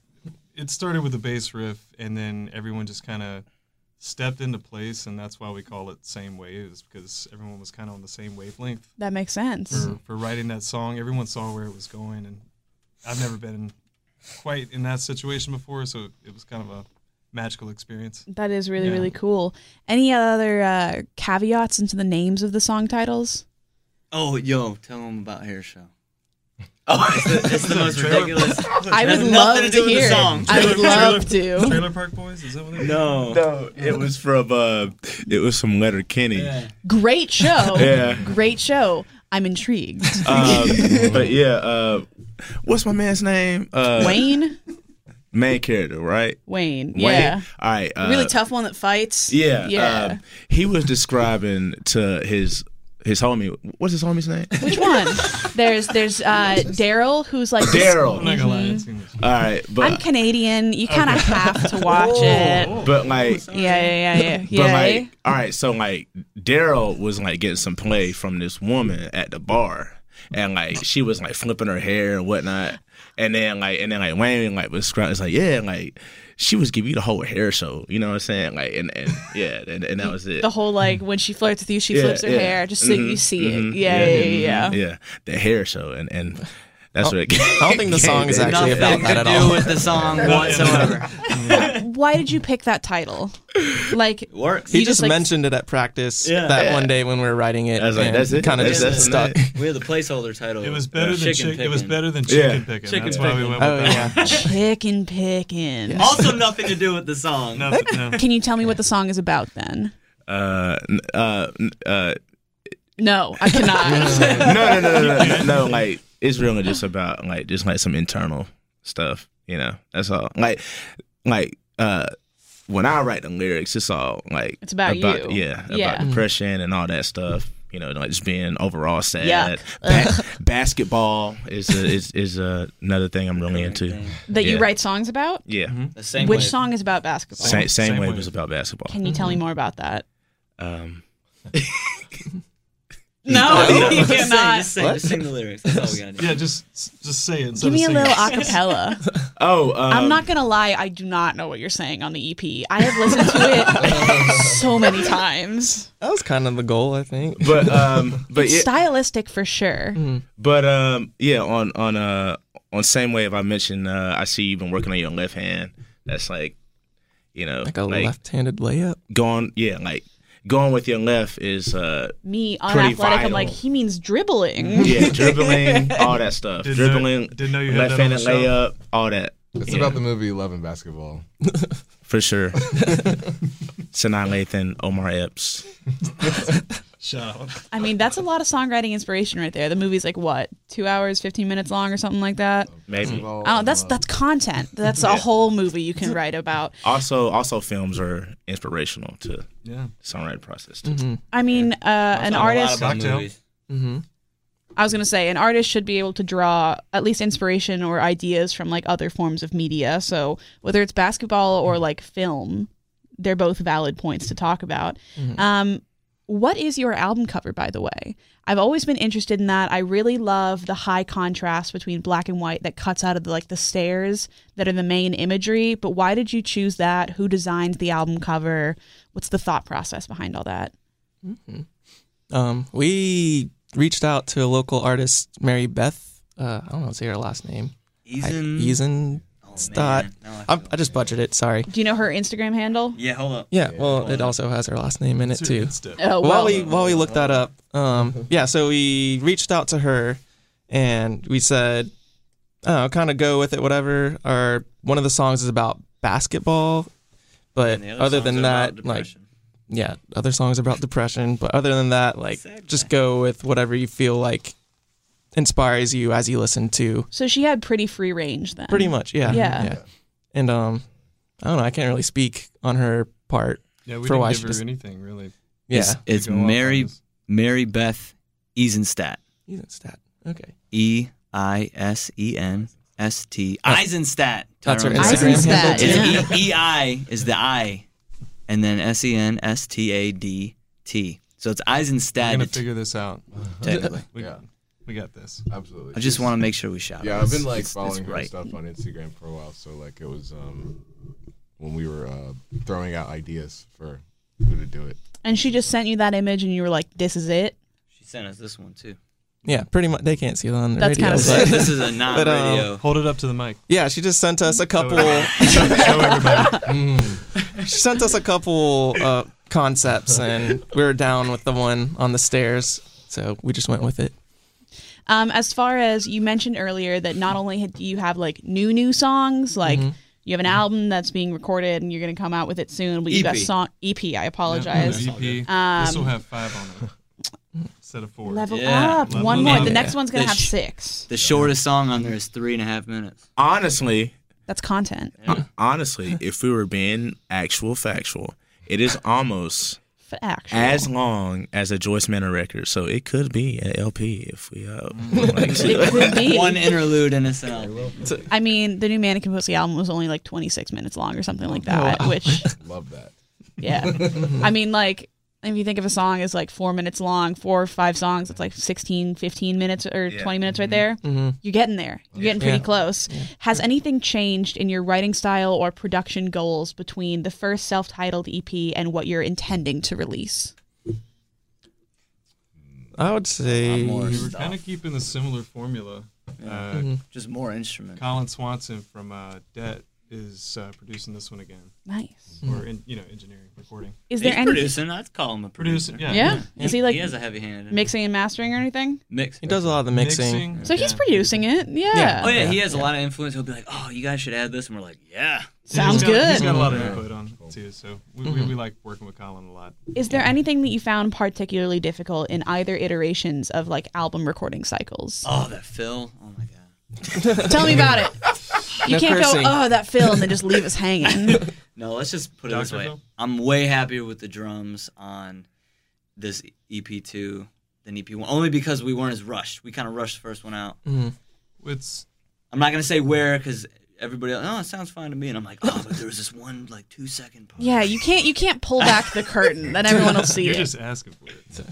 Speaker 2: It started with a bass riff, and then everyone just kind of stepped into place, and that's why we call it same waves because everyone was kind of on the same wavelength
Speaker 1: That makes sense.
Speaker 2: for, for writing that song. Everyone saw where it was going, and I've never been quite in that situation before, so it was kind of a magical experience.
Speaker 1: That is really,
Speaker 2: Yeah.
Speaker 1: really cool. Any other uh, caveats into the names of the song titles?
Speaker 6: Oh, yo, tell them about Hair Show. Oh, it's the, it's the most ridiculous.
Speaker 1: I would
Speaker 6: has nothing
Speaker 1: love
Speaker 6: to
Speaker 1: to,
Speaker 6: do with the
Speaker 1: hear. it.
Speaker 6: song.
Speaker 1: I would love to.
Speaker 2: Trailer Park Boys? Is that what they
Speaker 6: No.
Speaker 5: No, it was from uh it was from Letter Kenny.
Speaker 6: Yeah.
Speaker 1: Great show.
Speaker 5: Yeah.
Speaker 1: Great show. I'm intrigued.
Speaker 6: Uh,
Speaker 5: Um, but yeah, uh what's my man's name? Uh
Speaker 1: Wayne?
Speaker 5: main character, right?
Speaker 1: Wayne.
Speaker 5: Wayne?
Speaker 1: Yeah.
Speaker 5: All right. Uh,
Speaker 1: really tough one that fights.
Speaker 5: Yeah.
Speaker 1: Yeah.
Speaker 6: uh,
Speaker 5: um, he was describing to his his homie. What's his homie's name?
Speaker 1: Which one? there's there's uh, Daryl who's like
Speaker 2: I'm
Speaker 5: Daryl.
Speaker 2: not gonna lie, it's English.
Speaker 5: All right,
Speaker 1: I'm
Speaker 5: but
Speaker 1: Canadian. You kind of have to watch it.
Speaker 5: but like.
Speaker 1: Yeah, yeah, yeah, yeah.
Speaker 5: Oh. But
Speaker 1: yeah.
Speaker 5: like, all right, so like Daryl was like getting some play from this woman at the bar, and like she was like flipping her hair and whatnot, and then like and then like Wayne like was scr- it's like yeah, like she was giving you the whole hair show, you know what I'm saying? Like and and yeah, and, and that was it.
Speaker 1: the whole like when she flirts with you, she
Speaker 5: Yeah,
Speaker 1: flips her
Speaker 5: yeah.
Speaker 1: hair just so you
Speaker 5: Mhm,
Speaker 1: see
Speaker 5: mhm,
Speaker 1: it. Yeah, yeah, yeah. yeah,
Speaker 5: mhm, yeah, the hair show, and and that's what it.
Speaker 4: Oh, I don't think the song is actually about that
Speaker 6: Nothing to
Speaker 4: at
Speaker 6: do
Speaker 4: all.
Speaker 6: with the song whatsoever.
Speaker 1: Why did you pick that title? Like,
Speaker 6: Works.
Speaker 4: He
Speaker 1: You
Speaker 4: just,
Speaker 1: just, like-
Speaker 4: mentioned it at practice
Speaker 6: Yeah.
Speaker 4: that
Speaker 5: Yeah.
Speaker 4: one day when we were writing it.
Speaker 5: I was like, that's it.
Speaker 4: Kind of
Speaker 5: That's-
Speaker 4: just
Speaker 5: that's the
Speaker 4: stuck.
Speaker 5: name.
Speaker 6: We had the placeholder title.
Speaker 2: It was better than chicken. it was
Speaker 6: Pickin'.
Speaker 2: better than
Speaker 5: Yeah.
Speaker 2: chicken picking.
Speaker 6: Chicken
Speaker 2: That's why we went with
Speaker 4: Oh
Speaker 2: that.
Speaker 4: yeah.
Speaker 1: chicken picking.
Speaker 6: Also, nothing to do with the song.
Speaker 2: No, no.
Speaker 1: Can you tell me what the song is about then?
Speaker 5: Uh, n- uh, n- uh,
Speaker 1: No, I cannot.
Speaker 5: no, no, no, no, no, no. Like it's really just about like just like some internal stuff. You know, that's all. Like, like uh, when I write the lyrics, it's all like
Speaker 1: It's about you.
Speaker 5: Yeah,
Speaker 1: Yeah.
Speaker 5: about depression and all that stuff. You know, like just being overall sad.
Speaker 1: Yuck.
Speaker 5: Ba- basketball is a, is is uh, another thing I'm really into.
Speaker 1: that you
Speaker 5: Yeah.
Speaker 1: write songs about?
Speaker 5: Yeah,
Speaker 6: The same
Speaker 1: Which
Speaker 6: way.
Speaker 1: song is about basketball?
Speaker 5: same, same,
Speaker 2: Same
Speaker 5: wave
Speaker 2: wave.
Speaker 5: was about basketball.
Speaker 1: Can you tell me more about that?
Speaker 5: Um,
Speaker 1: No, you
Speaker 6: Just sing,
Speaker 1: cannot.
Speaker 6: Just sing, just sing the lyrics. That's all we gotta do.
Speaker 2: Yeah, just just say it.
Speaker 1: Give me a
Speaker 2: instead of
Speaker 1: little
Speaker 2: singing.
Speaker 1: acapella.
Speaker 9: Oh, um,
Speaker 1: I'm not gonna lie. I do not know what you're saying on the EP. I have listened to it so many times.
Speaker 4: That was kind of the goal, I think.
Speaker 9: But um, but yeah,
Speaker 1: Stylistic for sure.
Speaker 9: Mm. But um, yeah, on on uh on same wave I mentioned, uh, I see you've been working on your left hand. That's like, you know,
Speaker 4: Like a left-handed layup.
Speaker 9: going, yeah, like going with your left is uh,
Speaker 1: Me on
Speaker 9: Pretty
Speaker 1: athletic, I'm like
Speaker 9: vital.
Speaker 1: he means dribbling.
Speaker 9: yeah, dribbling, all that stuff,
Speaker 8: Didn't know-
Speaker 9: dribbling,
Speaker 8: didn't know you had that on
Speaker 9: left-handed
Speaker 8: the show.
Speaker 9: layup, all that
Speaker 3: It's
Speaker 9: Yeah.
Speaker 3: about the movie Love and Basketball.
Speaker 9: for sure. Sanaa Lathan, Omar Epps.
Speaker 1: I mean, that's a lot of songwriting inspiration right there. The movie's like what, two hours, fifteen minutes long, or something like that.
Speaker 9: Maybe
Speaker 3: Basketball
Speaker 1: Oh,
Speaker 3: and
Speaker 1: that's
Speaker 3: love.
Speaker 1: that's content. That's a whole movie you can write about.
Speaker 9: also also films are inspirational to
Speaker 2: Yeah.
Speaker 9: songwriting process
Speaker 3: Mm-hmm.
Speaker 9: too.
Speaker 1: I mean, uh, an artist.
Speaker 2: about Cocktail.
Speaker 6: movies.
Speaker 4: Mm-hmm.
Speaker 1: I was gonna say an artist should be able to draw at least inspiration or ideas from like other forms of media. So whether it's basketball or like film, they're both valid points to talk about. Um, what is your album cover, by the way? I've always been interested in that. I really love the high contrast between black and white that cuts out of the, like the stairs that are the main imagery. But why did you choose that? Who designed the album cover? What's the thought process behind all that?
Speaker 4: Um, we reached out to a local artist, Mary Beth. Uh, I don't know, say her last name.
Speaker 6: Eason.
Speaker 4: Eason.
Speaker 6: Oh,
Speaker 4: Stott.
Speaker 6: man. Now I
Speaker 4: I,
Speaker 6: feel-
Speaker 4: I just budgeted it. Sorry.
Speaker 1: Do you know her Instagram handle?
Speaker 6: Yeah, hold up.
Speaker 4: Yeah. Well, it also has her last name in it too.
Speaker 1: Oh,
Speaker 4: while we while we look that up,
Speaker 6: Mm-hmm.
Speaker 4: um, yeah, so we reached out to her and we said, "Oh, kind of go with it, whatever." Our one of the songs is about basketball, but
Speaker 6: And the
Speaker 4: other
Speaker 6: songs are
Speaker 4: than
Speaker 6: about
Speaker 4: that, like
Speaker 6: depression.
Speaker 4: yeah, other songs are about depression, but other than that, like
Speaker 6: Sad
Speaker 4: just
Speaker 6: guy.
Speaker 4: go with whatever you feel like inspires you as you listen to.
Speaker 1: So she had pretty free range then.
Speaker 4: Pretty much, yeah,
Speaker 1: Yeah.
Speaker 4: And um, I don't know, I can't really speak on her part.
Speaker 2: Yeah, we
Speaker 4: For
Speaker 2: didn't
Speaker 4: why
Speaker 2: give
Speaker 4: she
Speaker 2: her
Speaker 4: just-
Speaker 2: anything really.
Speaker 4: Yeah,
Speaker 6: It's, it's
Speaker 2: Go off on
Speaker 6: Mary
Speaker 2: this.
Speaker 6: Mary Beth Eisenstadt.
Speaker 4: Eisenstadt. Okay,
Speaker 6: E I S E N S T Eisenstadt.
Speaker 4: that's her
Speaker 6: Tyrone.
Speaker 4: Instagram handle.
Speaker 1: Eisenstadt,
Speaker 4: too.
Speaker 1: yeah.
Speaker 6: It's E E I is the I, and then S E N S T A D T. So it's
Speaker 2: We're gonna
Speaker 6: Eisenstadt.
Speaker 2: figure this out.
Speaker 6: Technically,
Speaker 2: We,
Speaker 3: Yeah.
Speaker 2: we got this.
Speaker 3: Absolutely.
Speaker 6: I just want to make sure we shout.
Speaker 3: Yeah,
Speaker 6: it.
Speaker 3: I've
Speaker 6: It's-
Speaker 3: been like
Speaker 6: it's- it's
Speaker 3: following her
Speaker 6: right.
Speaker 3: stuff on Instagram for a while. So like it was um when we were uh throwing out ideas for who to do it.
Speaker 1: And she just sent you that image, and you were like, "This is it."
Speaker 6: She sent us this one too.
Speaker 4: Yeah, pretty much. They can't see it on the
Speaker 1: That's
Speaker 4: radio.
Speaker 1: kinda
Speaker 4: but-
Speaker 6: this is a
Speaker 4: um,
Speaker 6: non-radio.
Speaker 2: Hold it up to the mic.
Speaker 4: yeah, she just sent us a couple. she sent us a couple uh, concepts, and we were down with the one on the stairs, so we just went with it.
Speaker 1: Um, as far as you mentioned earlier, that not only had- do you have like new new songs, like you have an album that's being recorded, and you're going to come out with it soon, but you got
Speaker 6: EP.
Speaker 1: song EP. I apologize.
Speaker 2: VP.
Speaker 1: Um,
Speaker 2: this will have five on it instead of four.
Speaker 1: Level
Speaker 6: Yeah.
Speaker 1: up,
Speaker 2: Level
Speaker 1: one more.
Speaker 6: up.
Speaker 1: The next one's going to
Speaker 6: The
Speaker 1: have
Speaker 6: sh-
Speaker 1: six.
Speaker 6: The shortest song on there is three and a half minutes.
Speaker 5: Honestly,
Speaker 1: That's content.
Speaker 5: honestly, if we were being actual factual, it is almost
Speaker 1: F- Actual.
Speaker 5: as long as a Joyce Manor record. So it could be an LP if we uh,
Speaker 9: Mm.
Speaker 5: like
Speaker 1: it could be.
Speaker 6: One interlude in a cell.
Speaker 1: I mean, the new Mannequin Pussy album was only like 26 minutes long or something like that, which
Speaker 3: Love that.
Speaker 1: Yeah. I mean, like, if you think of a song as like four minutes long, four or five songs, it's like 16, 15 minutes or 20 minutes right there. You're getting there. You're getting pretty
Speaker 4: Mm-hmm. Yeah.
Speaker 1: close. Has anything changed in your writing style or production goals between the first self titled EP and what you're intending to release?
Speaker 4: I would say
Speaker 6: more.
Speaker 2: We were kind of keeping the similar formula. Uh,
Speaker 1: Mm-hmm.
Speaker 6: Just more instruments.
Speaker 2: Colin Swanson from uh, Debt is uh, producing this one again,
Speaker 1: Nice.
Speaker 2: or in, you know, engineering, recording,
Speaker 1: Is
Speaker 6: He's
Speaker 1: there any.
Speaker 6: producing. I'd call him a producer.
Speaker 2: producing. Yeah,
Speaker 1: Yeah. Is he like
Speaker 6: he has a heavy hand. in it.
Speaker 1: mixing and mastering or anything?
Speaker 6: Mix.
Speaker 4: he does a lot of the mixing.
Speaker 1: So he's producing it. Yeah.
Speaker 4: Yeah.
Speaker 6: Oh yeah, he has a lot of influence. He'll be like, "Oh, you guys should add this," and we're like, "Yeah."
Speaker 1: Sounds
Speaker 2: he's got, He's
Speaker 1: good. Mm-hmm.
Speaker 2: got a lot of input on it too, so we, we, we like working with Colin a lot.
Speaker 1: Is there anything that you found particularly difficult in either iterations of like album recording cycles?
Speaker 6: Oh, that Phil. Oh my god.
Speaker 1: Tell me about it. You
Speaker 4: No
Speaker 1: can't
Speaker 4: cursing.
Speaker 1: go, oh, that Phil, and then just leave us hanging.
Speaker 6: No, let's just put it this
Speaker 2: Dr.
Speaker 6: way.
Speaker 2: Phil?
Speaker 6: I'm way happier with the drums on this EP two than EP one, only because Mm-hmm. we weren't as rushed. We kind of rushed the first one out.
Speaker 2: It's
Speaker 6: I'm not gonna say where because everybody else, oh, it sounds fine to me. And I'm like, oh, but there was this one like two second part.
Speaker 1: Yeah, you can't you can't pull back the curtain, then everyone will see
Speaker 2: You're
Speaker 1: it.
Speaker 2: just asking for it.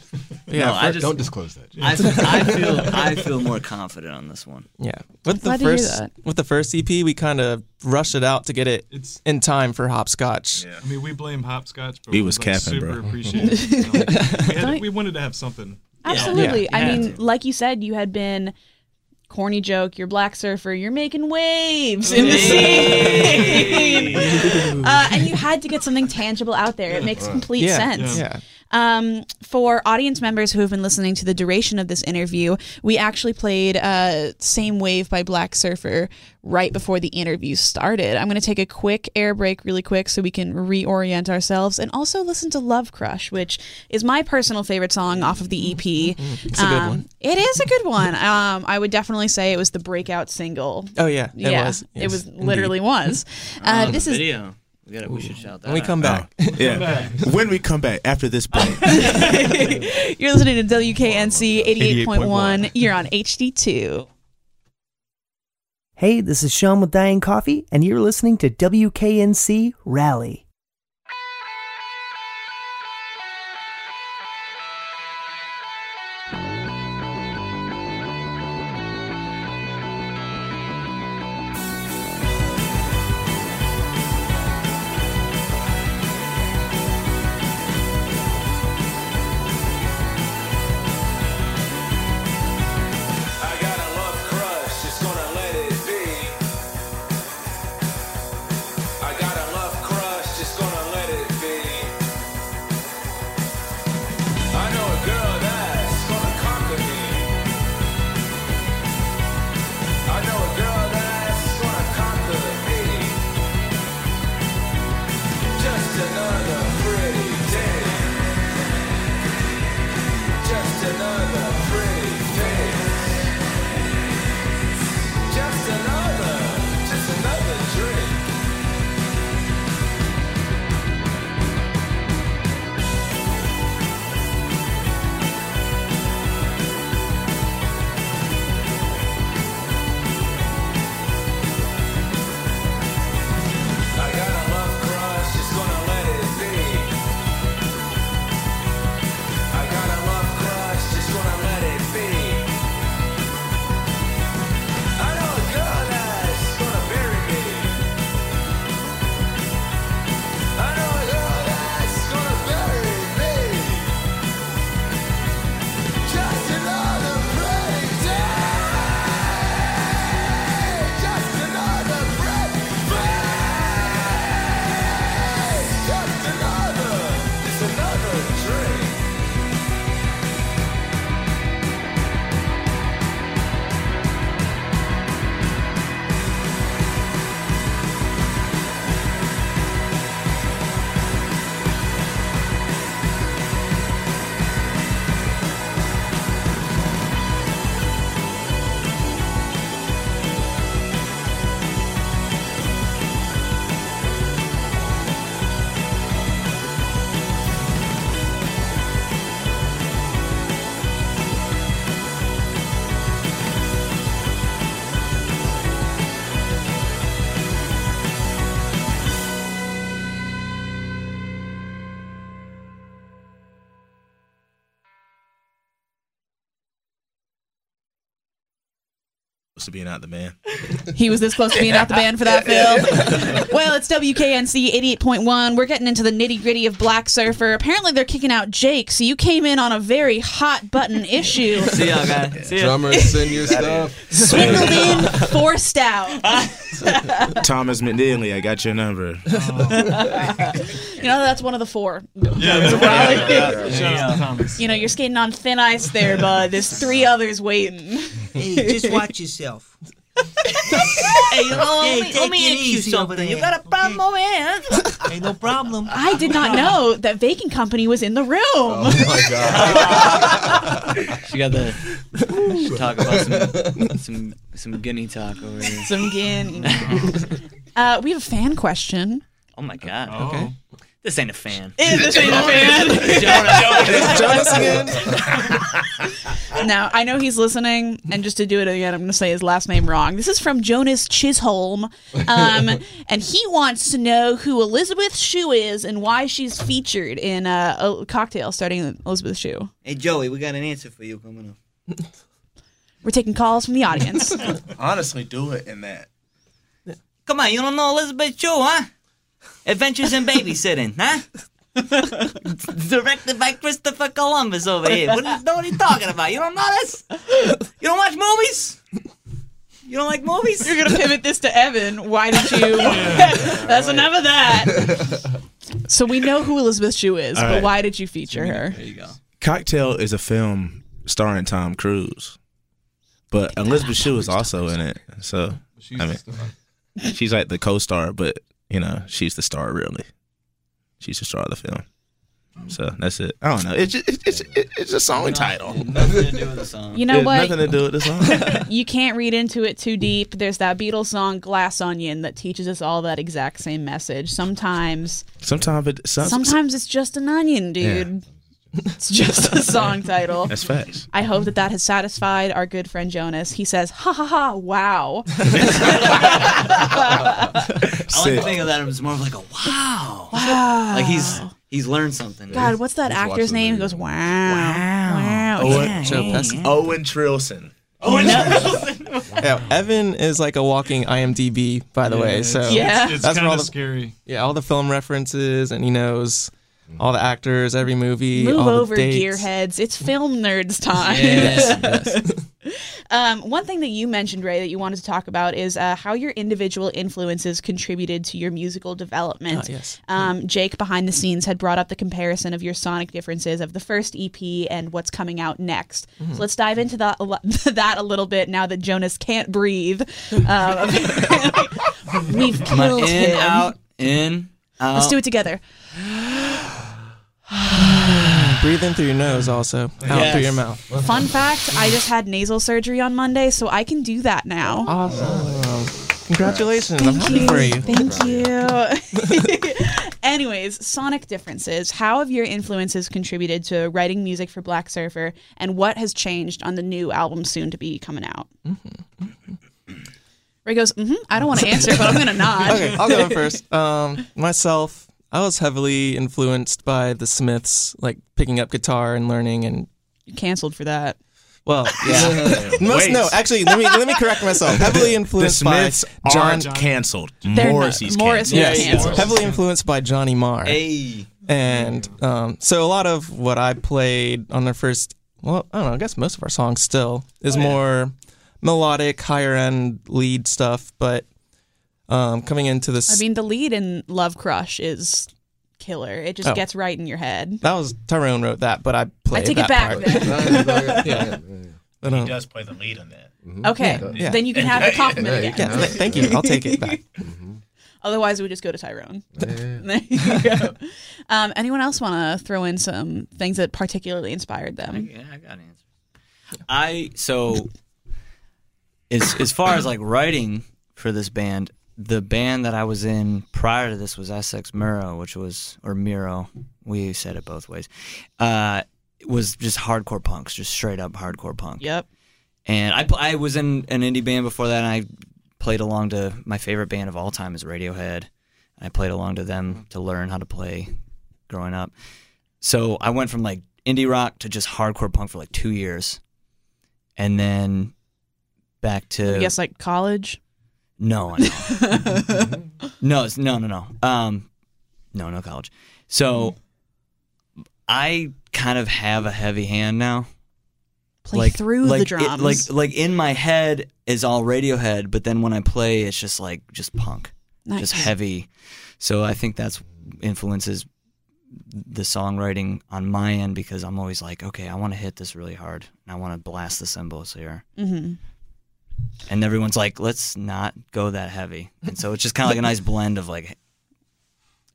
Speaker 4: Yeah,
Speaker 6: no, I
Speaker 4: fir-
Speaker 6: just
Speaker 3: Don't disclose that. Jay.
Speaker 6: I, I feel I feel more confident on this one.
Speaker 4: yeah. With the
Speaker 1: glad to hear
Speaker 4: first
Speaker 1: that.
Speaker 4: with the first EP, we kind of rushed it out to get it
Speaker 2: It's.
Speaker 4: in time for Hopscotch.
Speaker 2: I mean, we blame hopscotch, but
Speaker 5: He
Speaker 2: we,
Speaker 5: was
Speaker 2: like,
Speaker 5: capping,
Speaker 2: super
Speaker 5: bro.
Speaker 2: appreciative. we, had,
Speaker 1: Don't-
Speaker 2: we wanted to have something.
Speaker 1: Absolutely.
Speaker 4: Yeah.
Speaker 1: I
Speaker 6: Yeah.
Speaker 1: mean, like you said, you had been corny joke, you're black surfer, you're making waves in the scene. uh, and you had to get something tangible out there. It makes complete
Speaker 4: Yeah.
Speaker 1: sense.
Speaker 4: Yeah.
Speaker 1: Um, for audience members who have been listening to the duration of this interview, we actually played uh, Same Wave by Black Surfer right before the interview started. I'm going to take a quick air break, really quick, so we can reorient ourselves and also listen to Love Crush, which is my personal favorite song off of the EP. It's
Speaker 4: Mm-hmm. a good one.
Speaker 1: It is a good one. Um, I would definitely say it was the breakout single.
Speaker 4: Oh yeah. It
Speaker 1: yeah,
Speaker 4: was.
Speaker 1: it
Speaker 4: Yes,
Speaker 1: was
Speaker 4: indeed. Um,
Speaker 1: literally was. Uh, this is
Speaker 6: video. We got We should shout that.
Speaker 4: When we
Speaker 6: out.
Speaker 4: come
Speaker 5: Uh-huh.
Speaker 4: back.
Speaker 5: Oh, yeah. when we come back after this break.
Speaker 1: You're listening to WKNC 88.1. You're on HD2.
Speaker 10: Hey, this is Sean with Dying Coffee, and you're listening to WKNC Rally.
Speaker 11: I got a love crush, just gonna let it be. I got a love crush, just gonna let it be. I know a girl that's gonna conquer me. I know a girl that's gonna conquer me. Just another pretty day. Just another pretty day. Just another, just another drink. I got a love crush, just gonna let it be. I got a love crush, just gonna let it be. I know a girl that's gonna bury me. I know a girl that's gonna bury me. Just another pretty day. Just another pretty day. Just another, just another dream.
Speaker 9: to being out the man.
Speaker 1: He was this close to being out the band for that, Phil. well, it's WKNC 88.1. We're getting into the nitty gritty of Black Surfer. Apparently, they're kicking out Jake, so you came in on a very hot button issue.
Speaker 6: See y'all, guys. See ya.
Speaker 3: Drummer, send your stuff.
Speaker 1: Swindled in, forced out.
Speaker 5: Thomas McNeely, I got your number.
Speaker 1: You know, that's one of the four.
Speaker 2: Shout out to Thomas.
Speaker 1: You know, you're skating on thin ice there, bud. There's three others waiting.
Speaker 12: Hey, just watch yourself.
Speaker 6: Hey, you owe
Speaker 12: Hey,
Speaker 6: me-
Speaker 12: take
Speaker 6: owe me
Speaker 12: it
Speaker 6: an excuse
Speaker 12: easy over
Speaker 6: something.
Speaker 12: there,
Speaker 6: You got a problem,
Speaker 12: okay?
Speaker 6: over here?
Speaker 12: Ain't no problem.
Speaker 1: I did not know that Vacant Company was in the room.
Speaker 3: Oh my god.
Speaker 6: She got the she talk about some, some some guinea talk over here.
Speaker 1: Some gin. Uh, we have a fan question.
Speaker 6: Oh my god.
Speaker 2: Oh,
Speaker 6: this ain't a fan.
Speaker 1: This ain't a fan.
Speaker 6: Jonah.
Speaker 1: Jonas Now, I know he's listening, and just to do it again, I'm going to say his last name wrong. This is from Jonas Chisholm, um, and he wants to know who Elizabeth Shue is and why she's featured in uh, a cocktail starting with Elizabeth Shue.
Speaker 12: Hey, Joey, we got an answer for you coming up.
Speaker 1: We're taking calls from the audience.
Speaker 9: Honestly, do it in that.
Speaker 6: Come on, you don't know Elizabeth Shue, huh? Adventures in Babysitting, huh? Directed by Christopher Columbus over here. What, is, what are you talking about? You don't know this? You don't watch movies? You don't like movies?
Speaker 1: You're going to pivot this to Evan. Why did you? That's enough of that. So we know who Elizabeth Shue is,
Speaker 5: All
Speaker 1: but
Speaker 5: right.
Speaker 1: why did you feature her? There you go.
Speaker 5: Cocktail is a film starring Tom Cruise, but Elizabeth Shue is also in it. So I mean, she's like the co-star, but you know she's the star really. She's the star of the film. So that's it. I don't know. It's just, it's it's, it's a song title. Nothing to do with the song.
Speaker 1: You know what?
Speaker 5: Nothing to do with the song.
Speaker 1: you can't read into it too deep. There's that Beatles song "Glass Onion" that teaches us all that exact same message. Sometimes,
Speaker 5: Sometimes it. Some,
Speaker 1: sometimes it's just an onion, dude. It's just a song title.
Speaker 5: That's facts.
Speaker 1: I hope that that has satisfied our good friend Jonas. He says, "Ha ha ha! Wow."
Speaker 6: I like to think of that as more of like a wow.
Speaker 1: Wow.
Speaker 6: Like he's he's learned something.
Speaker 1: God, what's that actor's name? He goes, "Wow, wow,
Speaker 5: Oh,
Speaker 4: Owen,
Speaker 9: Owen Trilson.
Speaker 6: Oh,
Speaker 4: Owen Trilson. yeah, Evan is like a walking IMDb, by the way.
Speaker 2: it's-
Speaker 4: So
Speaker 2: Yeah. it's- it's
Speaker 4: That's where
Speaker 2: kinda
Speaker 4: all the-
Speaker 2: scary.
Speaker 4: Yeah, all the film references, and he knows all the actors, every movie.
Speaker 1: Move
Speaker 4: all the
Speaker 1: over,
Speaker 4: dates.
Speaker 1: gearheads. It's film nerds time.
Speaker 4: Yes,
Speaker 1: um, one thing that you mentioned, Ray, that you wanted to talk about is uh, how your individual influences contributed to your musical development.
Speaker 4: Ah, yes.
Speaker 1: Um, Jake behind the scenes had brought up the comparison of your sonic differences of the first EP and what's coming out next.
Speaker 4: Mhm.
Speaker 1: So let's dive into that a, lo- that a little bit now that Jonas can't breathe. Um, we've
Speaker 6: Am I
Speaker 1: killed
Speaker 6: in,
Speaker 1: him.
Speaker 6: out, in, out.
Speaker 1: Let's do it together.
Speaker 4: Breathe in through your nose, also out
Speaker 1: Yes.
Speaker 4: through your mouth.
Speaker 1: Fun fact, I just had nasal surgery on Monday, so I can do that now.
Speaker 4: Awesome. Congratulations. I'm
Speaker 1: Thank
Speaker 4: happy
Speaker 1: you.
Speaker 4: for you.
Speaker 1: Thank you. Anyways, sonic differences. How have your influences contributed to writing music for Black Surfer, and what has changed on the new album soon to be coming out?
Speaker 4: Mm-hmm.
Speaker 1: Ray goes, mm-hmm, I don't want to answer, but I'm going to nod.
Speaker 4: okay, I'll go first. Um, myself, I was heavily influenced by the Smiths, like picking up guitar and learning and
Speaker 1: You canceled for that.
Speaker 4: well, yeah.
Speaker 1: Wait.
Speaker 4: Most, no, actually, let me let me correct myself. Heavily influenced
Speaker 5: the Smiths
Speaker 4: by John
Speaker 5: aren't canceled.
Speaker 1: They're
Speaker 5: Morrissey's
Speaker 1: not. Morrissey
Speaker 5: canceled.
Speaker 1: is Yes. canceled.
Speaker 4: Heavily influenced by Johnny Marr. And um, so a lot of what I played on the first, well, I don't know, I guess most of our songs still is more melodic, higher end lead stuff. But um, coming into this,
Speaker 1: I mean, the lead in Love Crush is killer. It just
Speaker 4: Oh.
Speaker 1: gets right in your head.
Speaker 4: that was Tyrone wrote that, but I played.
Speaker 1: take it
Speaker 4: that
Speaker 1: back
Speaker 4: Part.
Speaker 1: then.
Speaker 4: yeah. But,
Speaker 9: He
Speaker 4: um,
Speaker 9: does play the lead on that.
Speaker 1: Okay,
Speaker 4: Yeah.
Speaker 1: then you can have the compliment
Speaker 4: Yeah,
Speaker 1: again.
Speaker 4: yeah, th- thank you. I'll take it back.
Speaker 1: Otherwise, we just go to Tyrone.
Speaker 4: Yeah.
Speaker 1: there you go. Um, anyone else want to throw in some things that particularly inspired them?
Speaker 6: Yeah, I got an answer. I so as as far as like writing for this band, the band that I was in prior to this was Essex Muro, which was or Miro. We said it both ways. Uh, it was just hardcore punks, just straight up hardcore punk.
Speaker 1: Yep.
Speaker 6: And I pl- I was in an indie band before that, and I played along to my favorite band of all time is Radiohead. And I played along to
Speaker 1: Mm-hmm.
Speaker 6: them to learn how to play growing up. So I went from like indie rock to just hardcore punk for like two years, and then back to
Speaker 1: I guess like college.
Speaker 6: no, I know. no, it's, no, no, no. Um, no, no college. So I kind of have a heavy hand now.
Speaker 1: Play through the
Speaker 6: like,
Speaker 1: drums.
Speaker 6: like, like in my head is all Radiohead, but then when I play, it's just like just punk,
Speaker 1: Nice.
Speaker 6: just heavy. So I think that's influences the songwriting on my end because I'm always like, okay, I want to hit this really hard and I want to blast the cymbals here
Speaker 1: Mm-hmm.
Speaker 6: and everyone's like, let's not go that heavy. And so it's just kind of like a nice blend of like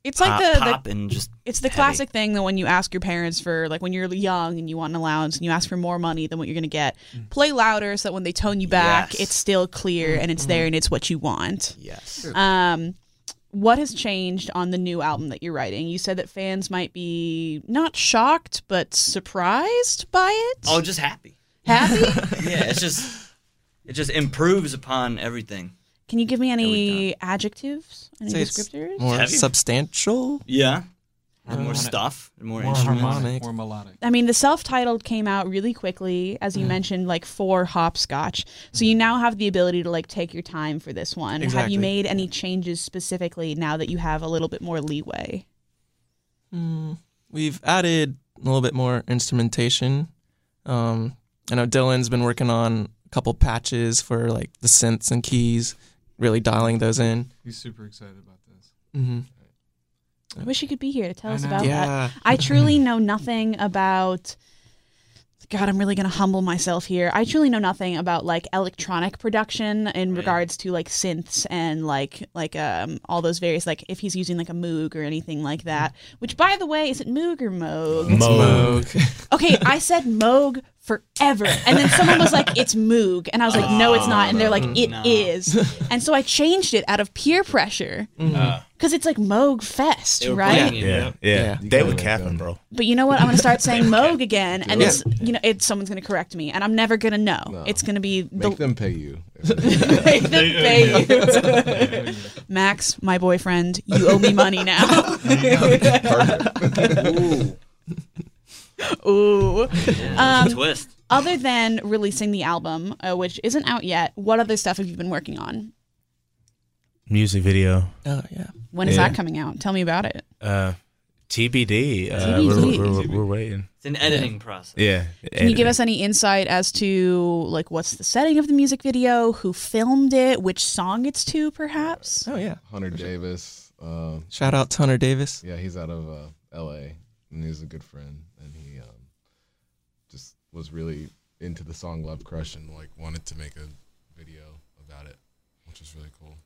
Speaker 1: It's
Speaker 6: pop-
Speaker 1: like the, the-
Speaker 6: pop and just
Speaker 1: it's the
Speaker 6: heavy.
Speaker 1: classic thing that when you ask your parents for like when you're young and you want an allowance and you ask for more money than what you're gonna get, play louder so that when they tone you back,
Speaker 6: Mm. Yes. Mm-hmm.
Speaker 1: Uh, it's still clear and it's there and it's what you want.
Speaker 6: Yes.
Speaker 1: Um, what has changed on the new album that you're writing? You said that fans might be not shocked but surprised by it.
Speaker 6: Oh, just happy.
Speaker 1: Happy?
Speaker 6: yeah, it's just it just improves upon everything.
Speaker 1: Can you give me any adjectives? Any
Speaker 4: Say it's
Speaker 1: descriptors?
Speaker 4: More
Speaker 6: Heavy.
Speaker 4: substantial.
Speaker 6: Yeah. Add more stuff and more, instruments.
Speaker 2: more melodic.
Speaker 1: I mean, the self-titled came out really quickly, as
Speaker 4: Mm-hmm.
Speaker 1: you mentioned, like for hopscotch. So you now have the ability to like take your time for this one. Have
Speaker 4: Exactly.
Speaker 1: you made any changes specifically now that you have a little bit more leeway?
Speaker 4: Mm, we've added a little bit more instrumentation. Um, I know Dylan's been working on a couple patches for like the synths and keys, really dialing those in.
Speaker 2: He's super excited about this.
Speaker 4: Mm-hmm.
Speaker 1: I wish you could be here to tell
Speaker 2: I
Speaker 1: us
Speaker 2: know.
Speaker 1: about
Speaker 4: Yeah.
Speaker 1: Oh, that. I truly know nothing about. God, I'm really going to humble myself here. I truly know nothing about like electronic production in regards to like synths and like like um all those various like if he's using like a Moog or anything like that. Which by the way, is it Moog or Moog?
Speaker 4: It's Moog.
Speaker 1: okay, I said Moog forever. And then someone was like, it's Moog. And I was like, no, it's not. And they're like, "It is." And so I changed it out of peer pressure. Because it's like Moog Fest, right?
Speaker 5: Yeah, yeah. They were capping, bro.
Speaker 1: But you know what? I'm gonna start saying Moog again, and
Speaker 5: Yeah.
Speaker 1: it's you know, it's someone's gonna correct me, and I'm never gonna know. It's gonna be the
Speaker 3: Make them pay you.
Speaker 1: Make them pay you. Max, my boyfriend, you owe me money now. Ooh. Um,
Speaker 6: Twist.
Speaker 1: Other than releasing the album, uh, which isn't out yet, what other stuff have you been working on?
Speaker 5: Music video.
Speaker 4: Oh yeah.
Speaker 1: When is
Speaker 5: Yeah.
Speaker 1: that coming out? Tell me about it.
Speaker 5: Uh, TBD. Uh,
Speaker 1: TBD.
Speaker 5: We're, we're, we're, we're waiting.
Speaker 6: It's an editing process.
Speaker 5: Yeah.
Speaker 1: Can you give us any insight as to like what's the setting of the music video, who filmed it, which song it's to, perhaps?
Speaker 4: Oh yeah.
Speaker 3: Hunter Davis. Um,
Speaker 4: Shout out to Hunter Davis.
Speaker 3: Yeah, he's out of uh, L.A. and he's a good friend, and he um, just was really into the song "Love Crush" and like wanted to make a video about it, which was really cool.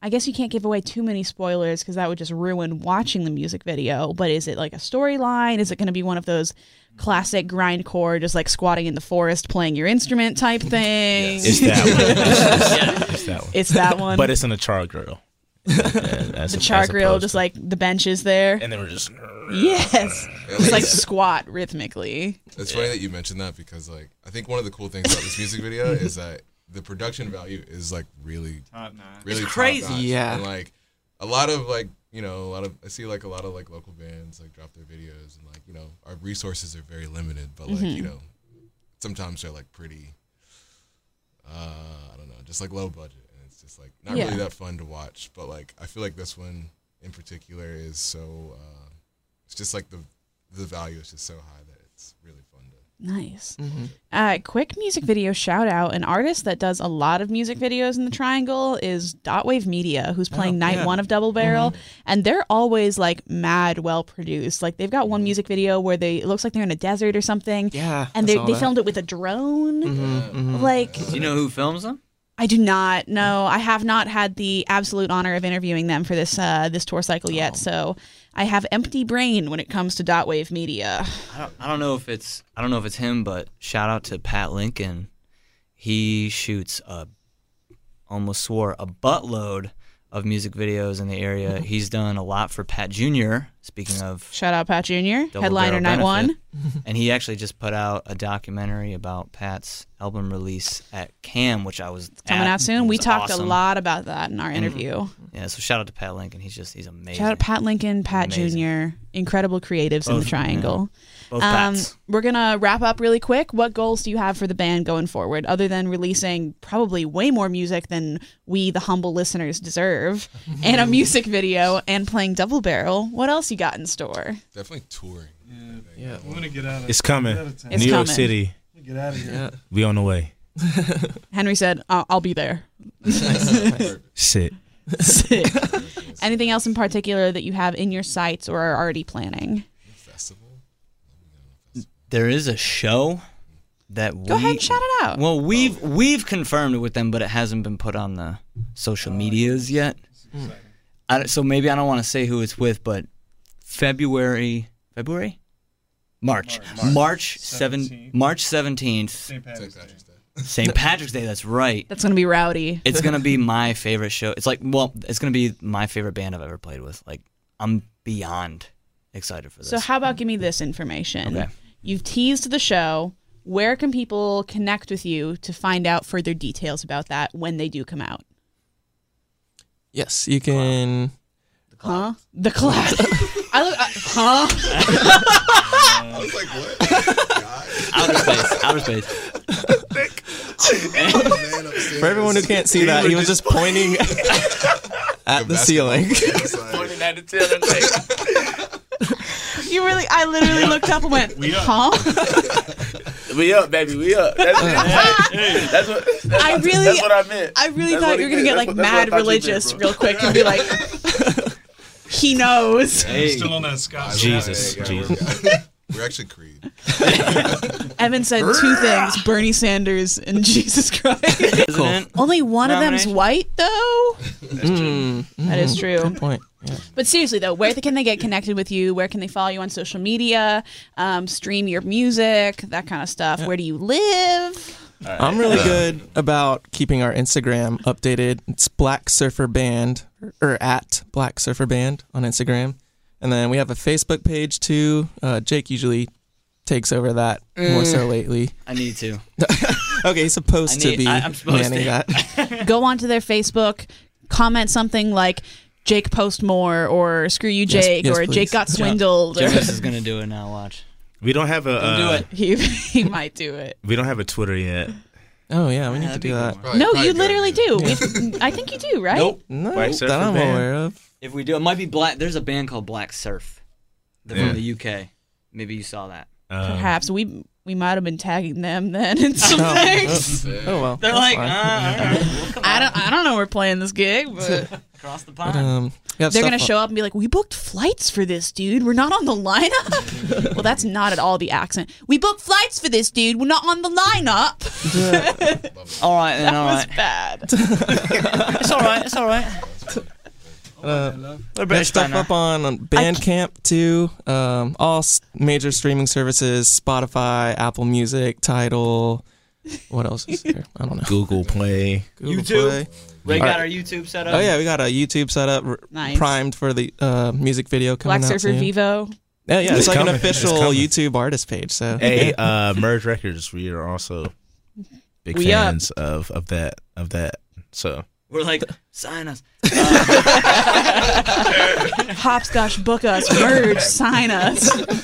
Speaker 1: I guess you can't give away too many spoilers because that would just ruin watching the music video. But is it like a storyline? Is it going to be one of those classic grindcore, just like squatting in the forest playing your instrument type thing?
Speaker 5: It's that one. It's that one.
Speaker 1: It's that one.
Speaker 5: But it's in a char grill.
Speaker 1: the char grill, just like the benches there.
Speaker 5: And they were just.
Speaker 1: Yes. Just like squat rhythmically.
Speaker 3: It's funny that you mentioned that because like I think one of the cool things about this music video is that the production value is like really
Speaker 2: Top notch.
Speaker 3: Really
Speaker 2: It's
Speaker 3: top
Speaker 2: crazy.
Speaker 3: notch.
Speaker 2: Yeah.
Speaker 3: And like a lot of like, you know, a lot of I see like a lot of like local bands like drop their videos and like, you know, our resources are very limited, but like, you
Speaker 11: Mhm.
Speaker 3: know, sometimes they're like pretty uh I don't know, just like low budget and it's just like not
Speaker 11: Yeah.
Speaker 3: really that fun to watch, but like I feel like this one in particular is so uh it's just like the the value is just so high that it's really fun to
Speaker 1: Nice.
Speaker 6: Mm-hmm.
Speaker 1: Uh, quick music video shout out. An artist that does a lot of music videos in the Triangle is Dotwave Media, who's
Speaker 6: Oh,
Speaker 1: playing night
Speaker 13: yeah.
Speaker 1: one of Double Barrel.
Speaker 6: Mm-hmm.
Speaker 1: And they're always like mad well produced. Like they've got one music video where they, it looks like they're in a desert or something.
Speaker 4: Yeah.
Speaker 1: And
Speaker 6: I
Speaker 1: they,
Speaker 6: saw
Speaker 1: they
Speaker 6: that. Mm-hmm,
Speaker 1: filmed it with a drone. Like,
Speaker 6: Do you know who films them?
Speaker 1: I do not know. I have not had the absolute honor of interviewing them for this uh, this tour cycle
Speaker 6: Oh.
Speaker 1: yet. So I have empty brain when it comes to Dotwave Media.
Speaker 6: I don't, I don't know if it's I don't know if it's him, but shout out to Pat Lincoln. He shoots a almost swore a buttload of music videos in the area.
Speaker 1: Mm-hmm.
Speaker 6: He's done a lot for Pat Jr. Speaking of
Speaker 1: Shout out Pat Jr.,
Speaker 6: Double
Speaker 1: headliner night
Speaker 6: Barrel
Speaker 1: one.
Speaker 6: Benefit. and he actually just put out a documentary about Pat's album release at CAM, which I was
Speaker 1: coming
Speaker 6: at.
Speaker 1: out
Speaker 6: It
Speaker 1: soon. We
Speaker 6: was
Speaker 1: talked a
Speaker 6: awesome.
Speaker 1: lot about that in our
Speaker 6: Mhm.
Speaker 1: interview.
Speaker 6: Yeah, so shout out to Pat Lincoln. He's just he's amazing.
Speaker 1: Shout out Pat Lincoln, Pat Jr., incredible creatives in the
Speaker 6: Both,
Speaker 1: Triangle. Um,
Speaker 6: yeah. Both Pats.
Speaker 1: we're gonna wrap up really quick. What goals do you have for the band going forward, other than releasing probably way more music than we, the humble listeners, deserve, and a music video and playing Double Barrel? What else you got in store?
Speaker 3: Definitely touring.
Speaker 2: Yeah, yeah. I'm gonna get out of.
Speaker 5: It's coming.
Speaker 2: get out of town.
Speaker 5: New York City.
Speaker 2: Get out of here.
Speaker 5: We on the way.
Speaker 1: Henry said, "I'll, I'll be there."
Speaker 5: Shit.
Speaker 1: Sick. Anything else in particular that you have in your sights or are already planning?
Speaker 6: There is a show that we
Speaker 1: Go ahead and shout it out.
Speaker 6: Well, we've we've confirmed it with them, but it hasn't been put on the social medias yet. I don't- so maybe I don't want to say who it's with, but February, February, March, March, seven, March seventeenth.
Speaker 2: St. Patrick's Day.
Speaker 6: St. Patrick's Day. That's right.
Speaker 1: That's gonna be rowdy.
Speaker 6: It's gonna be my favorite show. It's like, well, it's gonna be my favorite band I've ever played with. Like, I'm beyond excited for this.
Speaker 1: So how about give me this information?
Speaker 6: Okay.
Speaker 1: You've teased the show. Where can people connect with you to find out further details about that when they do come out?
Speaker 4: Yes, you can.
Speaker 1: Huh? The cloud. I look. Uh, huh?
Speaker 6: I was like, what? outer space. Outer space.
Speaker 4: For everyone who can't see that, he was just pointing at the ceiling.
Speaker 7: Pointing at the tail and like,
Speaker 1: you really? I literally looked up and went, huh?
Speaker 9: We up, baby. We up. That's, it. that's what. That's
Speaker 1: I
Speaker 9: what-
Speaker 1: really.
Speaker 9: That's what I meant.
Speaker 1: Uh, I really
Speaker 9: That's
Speaker 1: thought
Speaker 9: what
Speaker 1: you were
Speaker 9: it
Speaker 1: gonna
Speaker 9: is.
Speaker 1: get
Speaker 9: That's what-
Speaker 1: like
Speaker 9: that's what I thought
Speaker 1: mad
Speaker 9: you meant,
Speaker 1: religious
Speaker 9: bro.
Speaker 1: real quick and be like, he knows.
Speaker 8: I'm still on that Scott.
Speaker 2: Jesus,
Speaker 8: Stapp.
Speaker 2: Jesus.
Speaker 3: We're actually Creed.
Speaker 1: Evan said two things: Bernie Sanders and Jesus Christ.
Speaker 4: Cool.
Speaker 1: Only one of them's
Speaker 4: Nomination?
Speaker 1: white, though.
Speaker 4: Mm,
Speaker 1: That is
Speaker 4: mm,
Speaker 1: true.
Speaker 4: Good point. Yeah.
Speaker 1: But seriously, though, where can they get connected with you? Where can they follow you on social media? Um, stream your music, that kind of stuff. Where do you live?
Speaker 4: I'm really good about keeping our Instagram updated. It's Black Surfer Band or at Black Surfer Band on Instagram, and then we have a Facebook page too. Uh, Jake usually takes over that more so
Speaker 6: Mm.
Speaker 4: lately.
Speaker 6: I need to.
Speaker 4: okay, he's supposed
Speaker 6: I need-
Speaker 4: to be
Speaker 6: I- I'm supposed
Speaker 4: manning
Speaker 6: to.
Speaker 4: that.
Speaker 1: Go onto their Facebook, comment something like "Jake post more" or "Screw you,
Speaker 6: Yes-
Speaker 1: Jake"
Speaker 6: yes,
Speaker 1: or
Speaker 6: please.
Speaker 1: "Jake got
Speaker 6: Yeah.
Speaker 1: swindled." or-
Speaker 6: Jonas is gonna do it now. Watch.
Speaker 9: We don't have a. Uh,
Speaker 6: do it.
Speaker 1: he he might do it.
Speaker 9: We don't have a Twitter yet.
Speaker 4: Oh yeah, we need to do that.
Speaker 1: no, you literally do. We've- I think you do, right?
Speaker 6: Nope.
Speaker 4: No,
Speaker 6: Black Surfer
Speaker 4: that I'm
Speaker 6: Band.
Speaker 4: aware of.
Speaker 6: If we do, it might be black. There's a band called Black Surf. They're
Speaker 4: Yeah.
Speaker 6: from the UK. Maybe you saw that.
Speaker 1: Perhaps we we might have been tagging them then in some
Speaker 6: Oh.
Speaker 1: things.
Speaker 6: Oh,
Speaker 4: oh, well,
Speaker 6: They're
Speaker 4: that's
Speaker 6: like,
Speaker 4: fine.
Speaker 6: uh, all right, we'll come
Speaker 1: I don't I don't know we're playing this gig, but
Speaker 6: across the
Speaker 4: But,
Speaker 6: pond.
Speaker 4: um, we have
Speaker 1: They're
Speaker 4: stuff
Speaker 1: gonna
Speaker 4: on-
Speaker 1: show up and be like, "We booked flights for this dude. We're not on the lineup." well, that's not at all the accent. We booked flights for this dude. We're not on the lineup.
Speaker 6: all right, then,
Speaker 1: that
Speaker 6: all
Speaker 1: was
Speaker 6: right.
Speaker 1: bad.
Speaker 6: It's all right. It's all right.
Speaker 4: Uh,
Speaker 6: They're
Speaker 4: we have
Speaker 6: British by
Speaker 4: stuff
Speaker 6: now.
Speaker 4: up on, on Bandcamp too. Um, all s- major streaming services: Spotify, Apple Music, Tidal. What else is there? I don't know.
Speaker 5: Google Play.
Speaker 4: Google
Speaker 6: YouTube.
Speaker 4: Play.
Speaker 6: Ray
Speaker 4: All
Speaker 6: got our
Speaker 4: right.
Speaker 6: YouTube set up.
Speaker 4: Oh yeah, we got a YouTube set up, r-
Speaker 1: Nice.
Speaker 4: primed for the uh, music video coming
Speaker 1: Black
Speaker 4: out
Speaker 1: Surfer
Speaker 4: soon.
Speaker 1: Vivo.
Speaker 4: Yeah, yeah, it's,
Speaker 9: It's
Speaker 4: like
Speaker 9: coming.
Speaker 4: an
Speaker 9: It's
Speaker 4: official
Speaker 9: coming.
Speaker 4: YouTube artist page. So
Speaker 9: Hey, uh, Merge Records. We are also big
Speaker 1: We up.
Speaker 9: fans of of that of that. So
Speaker 6: We're like, sign us. Uh,
Speaker 1: Hopscotch, book us. Merge, sign us.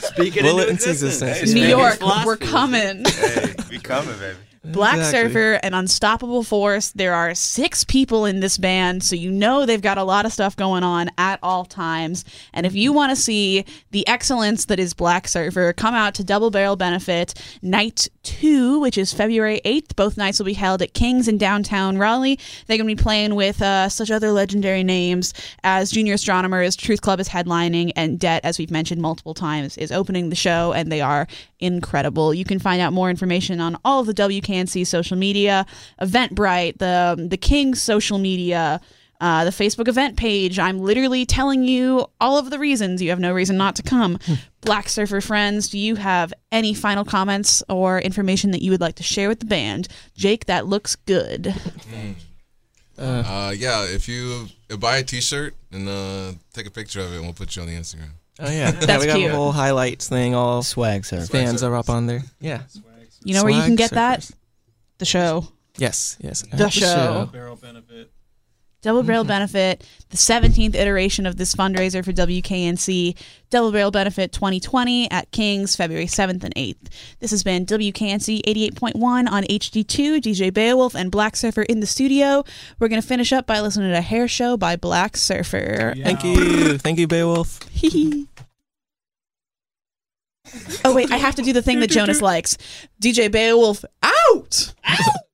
Speaker 6: Speaking
Speaker 4: Will
Speaker 6: into
Speaker 4: it into existence.
Speaker 1: New
Speaker 4: Yeah.
Speaker 1: York, we're coming.
Speaker 9: hey, we coming, baby.
Speaker 1: Black
Speaker 4: Exactly.
Speaker 1: Surfer and Unstoppable Force. There are six people in this band, so you know they've got a lot of stuff going on at all times. And if you want to see the excellence that is Black Surfer, come out to Double Barrel Benefit Night 2, which is February 8th. Both nights will be held at King's in downtown Raleigh. They're going to be playing with uh, such other legendary names as Junior Astronomers, Truth Club is headlining, and Debt, as we've mentioned multiple times, is opening the show, and they are incredible. You can find out more information on all of the WKNC social media, Eventbrite, the um, the King's social media, uh, the Facebook event page. I'm literally telling you all of the reasons. You have no reason not to come. Black Surfer friends, do you have any final comments or information that you would like to share with the band? Jake, that looks good.
Speaker 3: Uh, yeah, if you buy a T-shirt and uh, take a picture of it, and we'll put you on the Instagram.
Speaker 4: Oh yeah,
Speaker 1: That's
Speaker 4: yeah, we got
Speaker 1: cute.
Speaker 4: a whole highlights thing. All
Speaker 6: swag surf.
Speaker 4: fans are up on there. Yeah.
Speaker 1: You know where you
Speaker 4: Swag
Speaker 1: can get
Speaker 4: surfers.
Speaker 1: that? The show.
Speaker 4: Yes, yes. at
Speaker 1: The show.
Speaker 8: Barrel benefit.
Speaker 1: Double Barrel Benefit, the 17th iteration of this fundraiser for WKNC, Double Barrel Benefit 2020 at King's, February 7th and 8th. This has been WKNC 88.1 on HD2, DJ Beowulf and Black Surfer in the studio. We're going to finish up by listening to Hair Show by Black Surfer.
Speaker 4: Thank you, thank you, Beowulf.
Speaker 1: Oh, wait, I have to do the thing that Jonas likes. DJ Beowulf out! Out!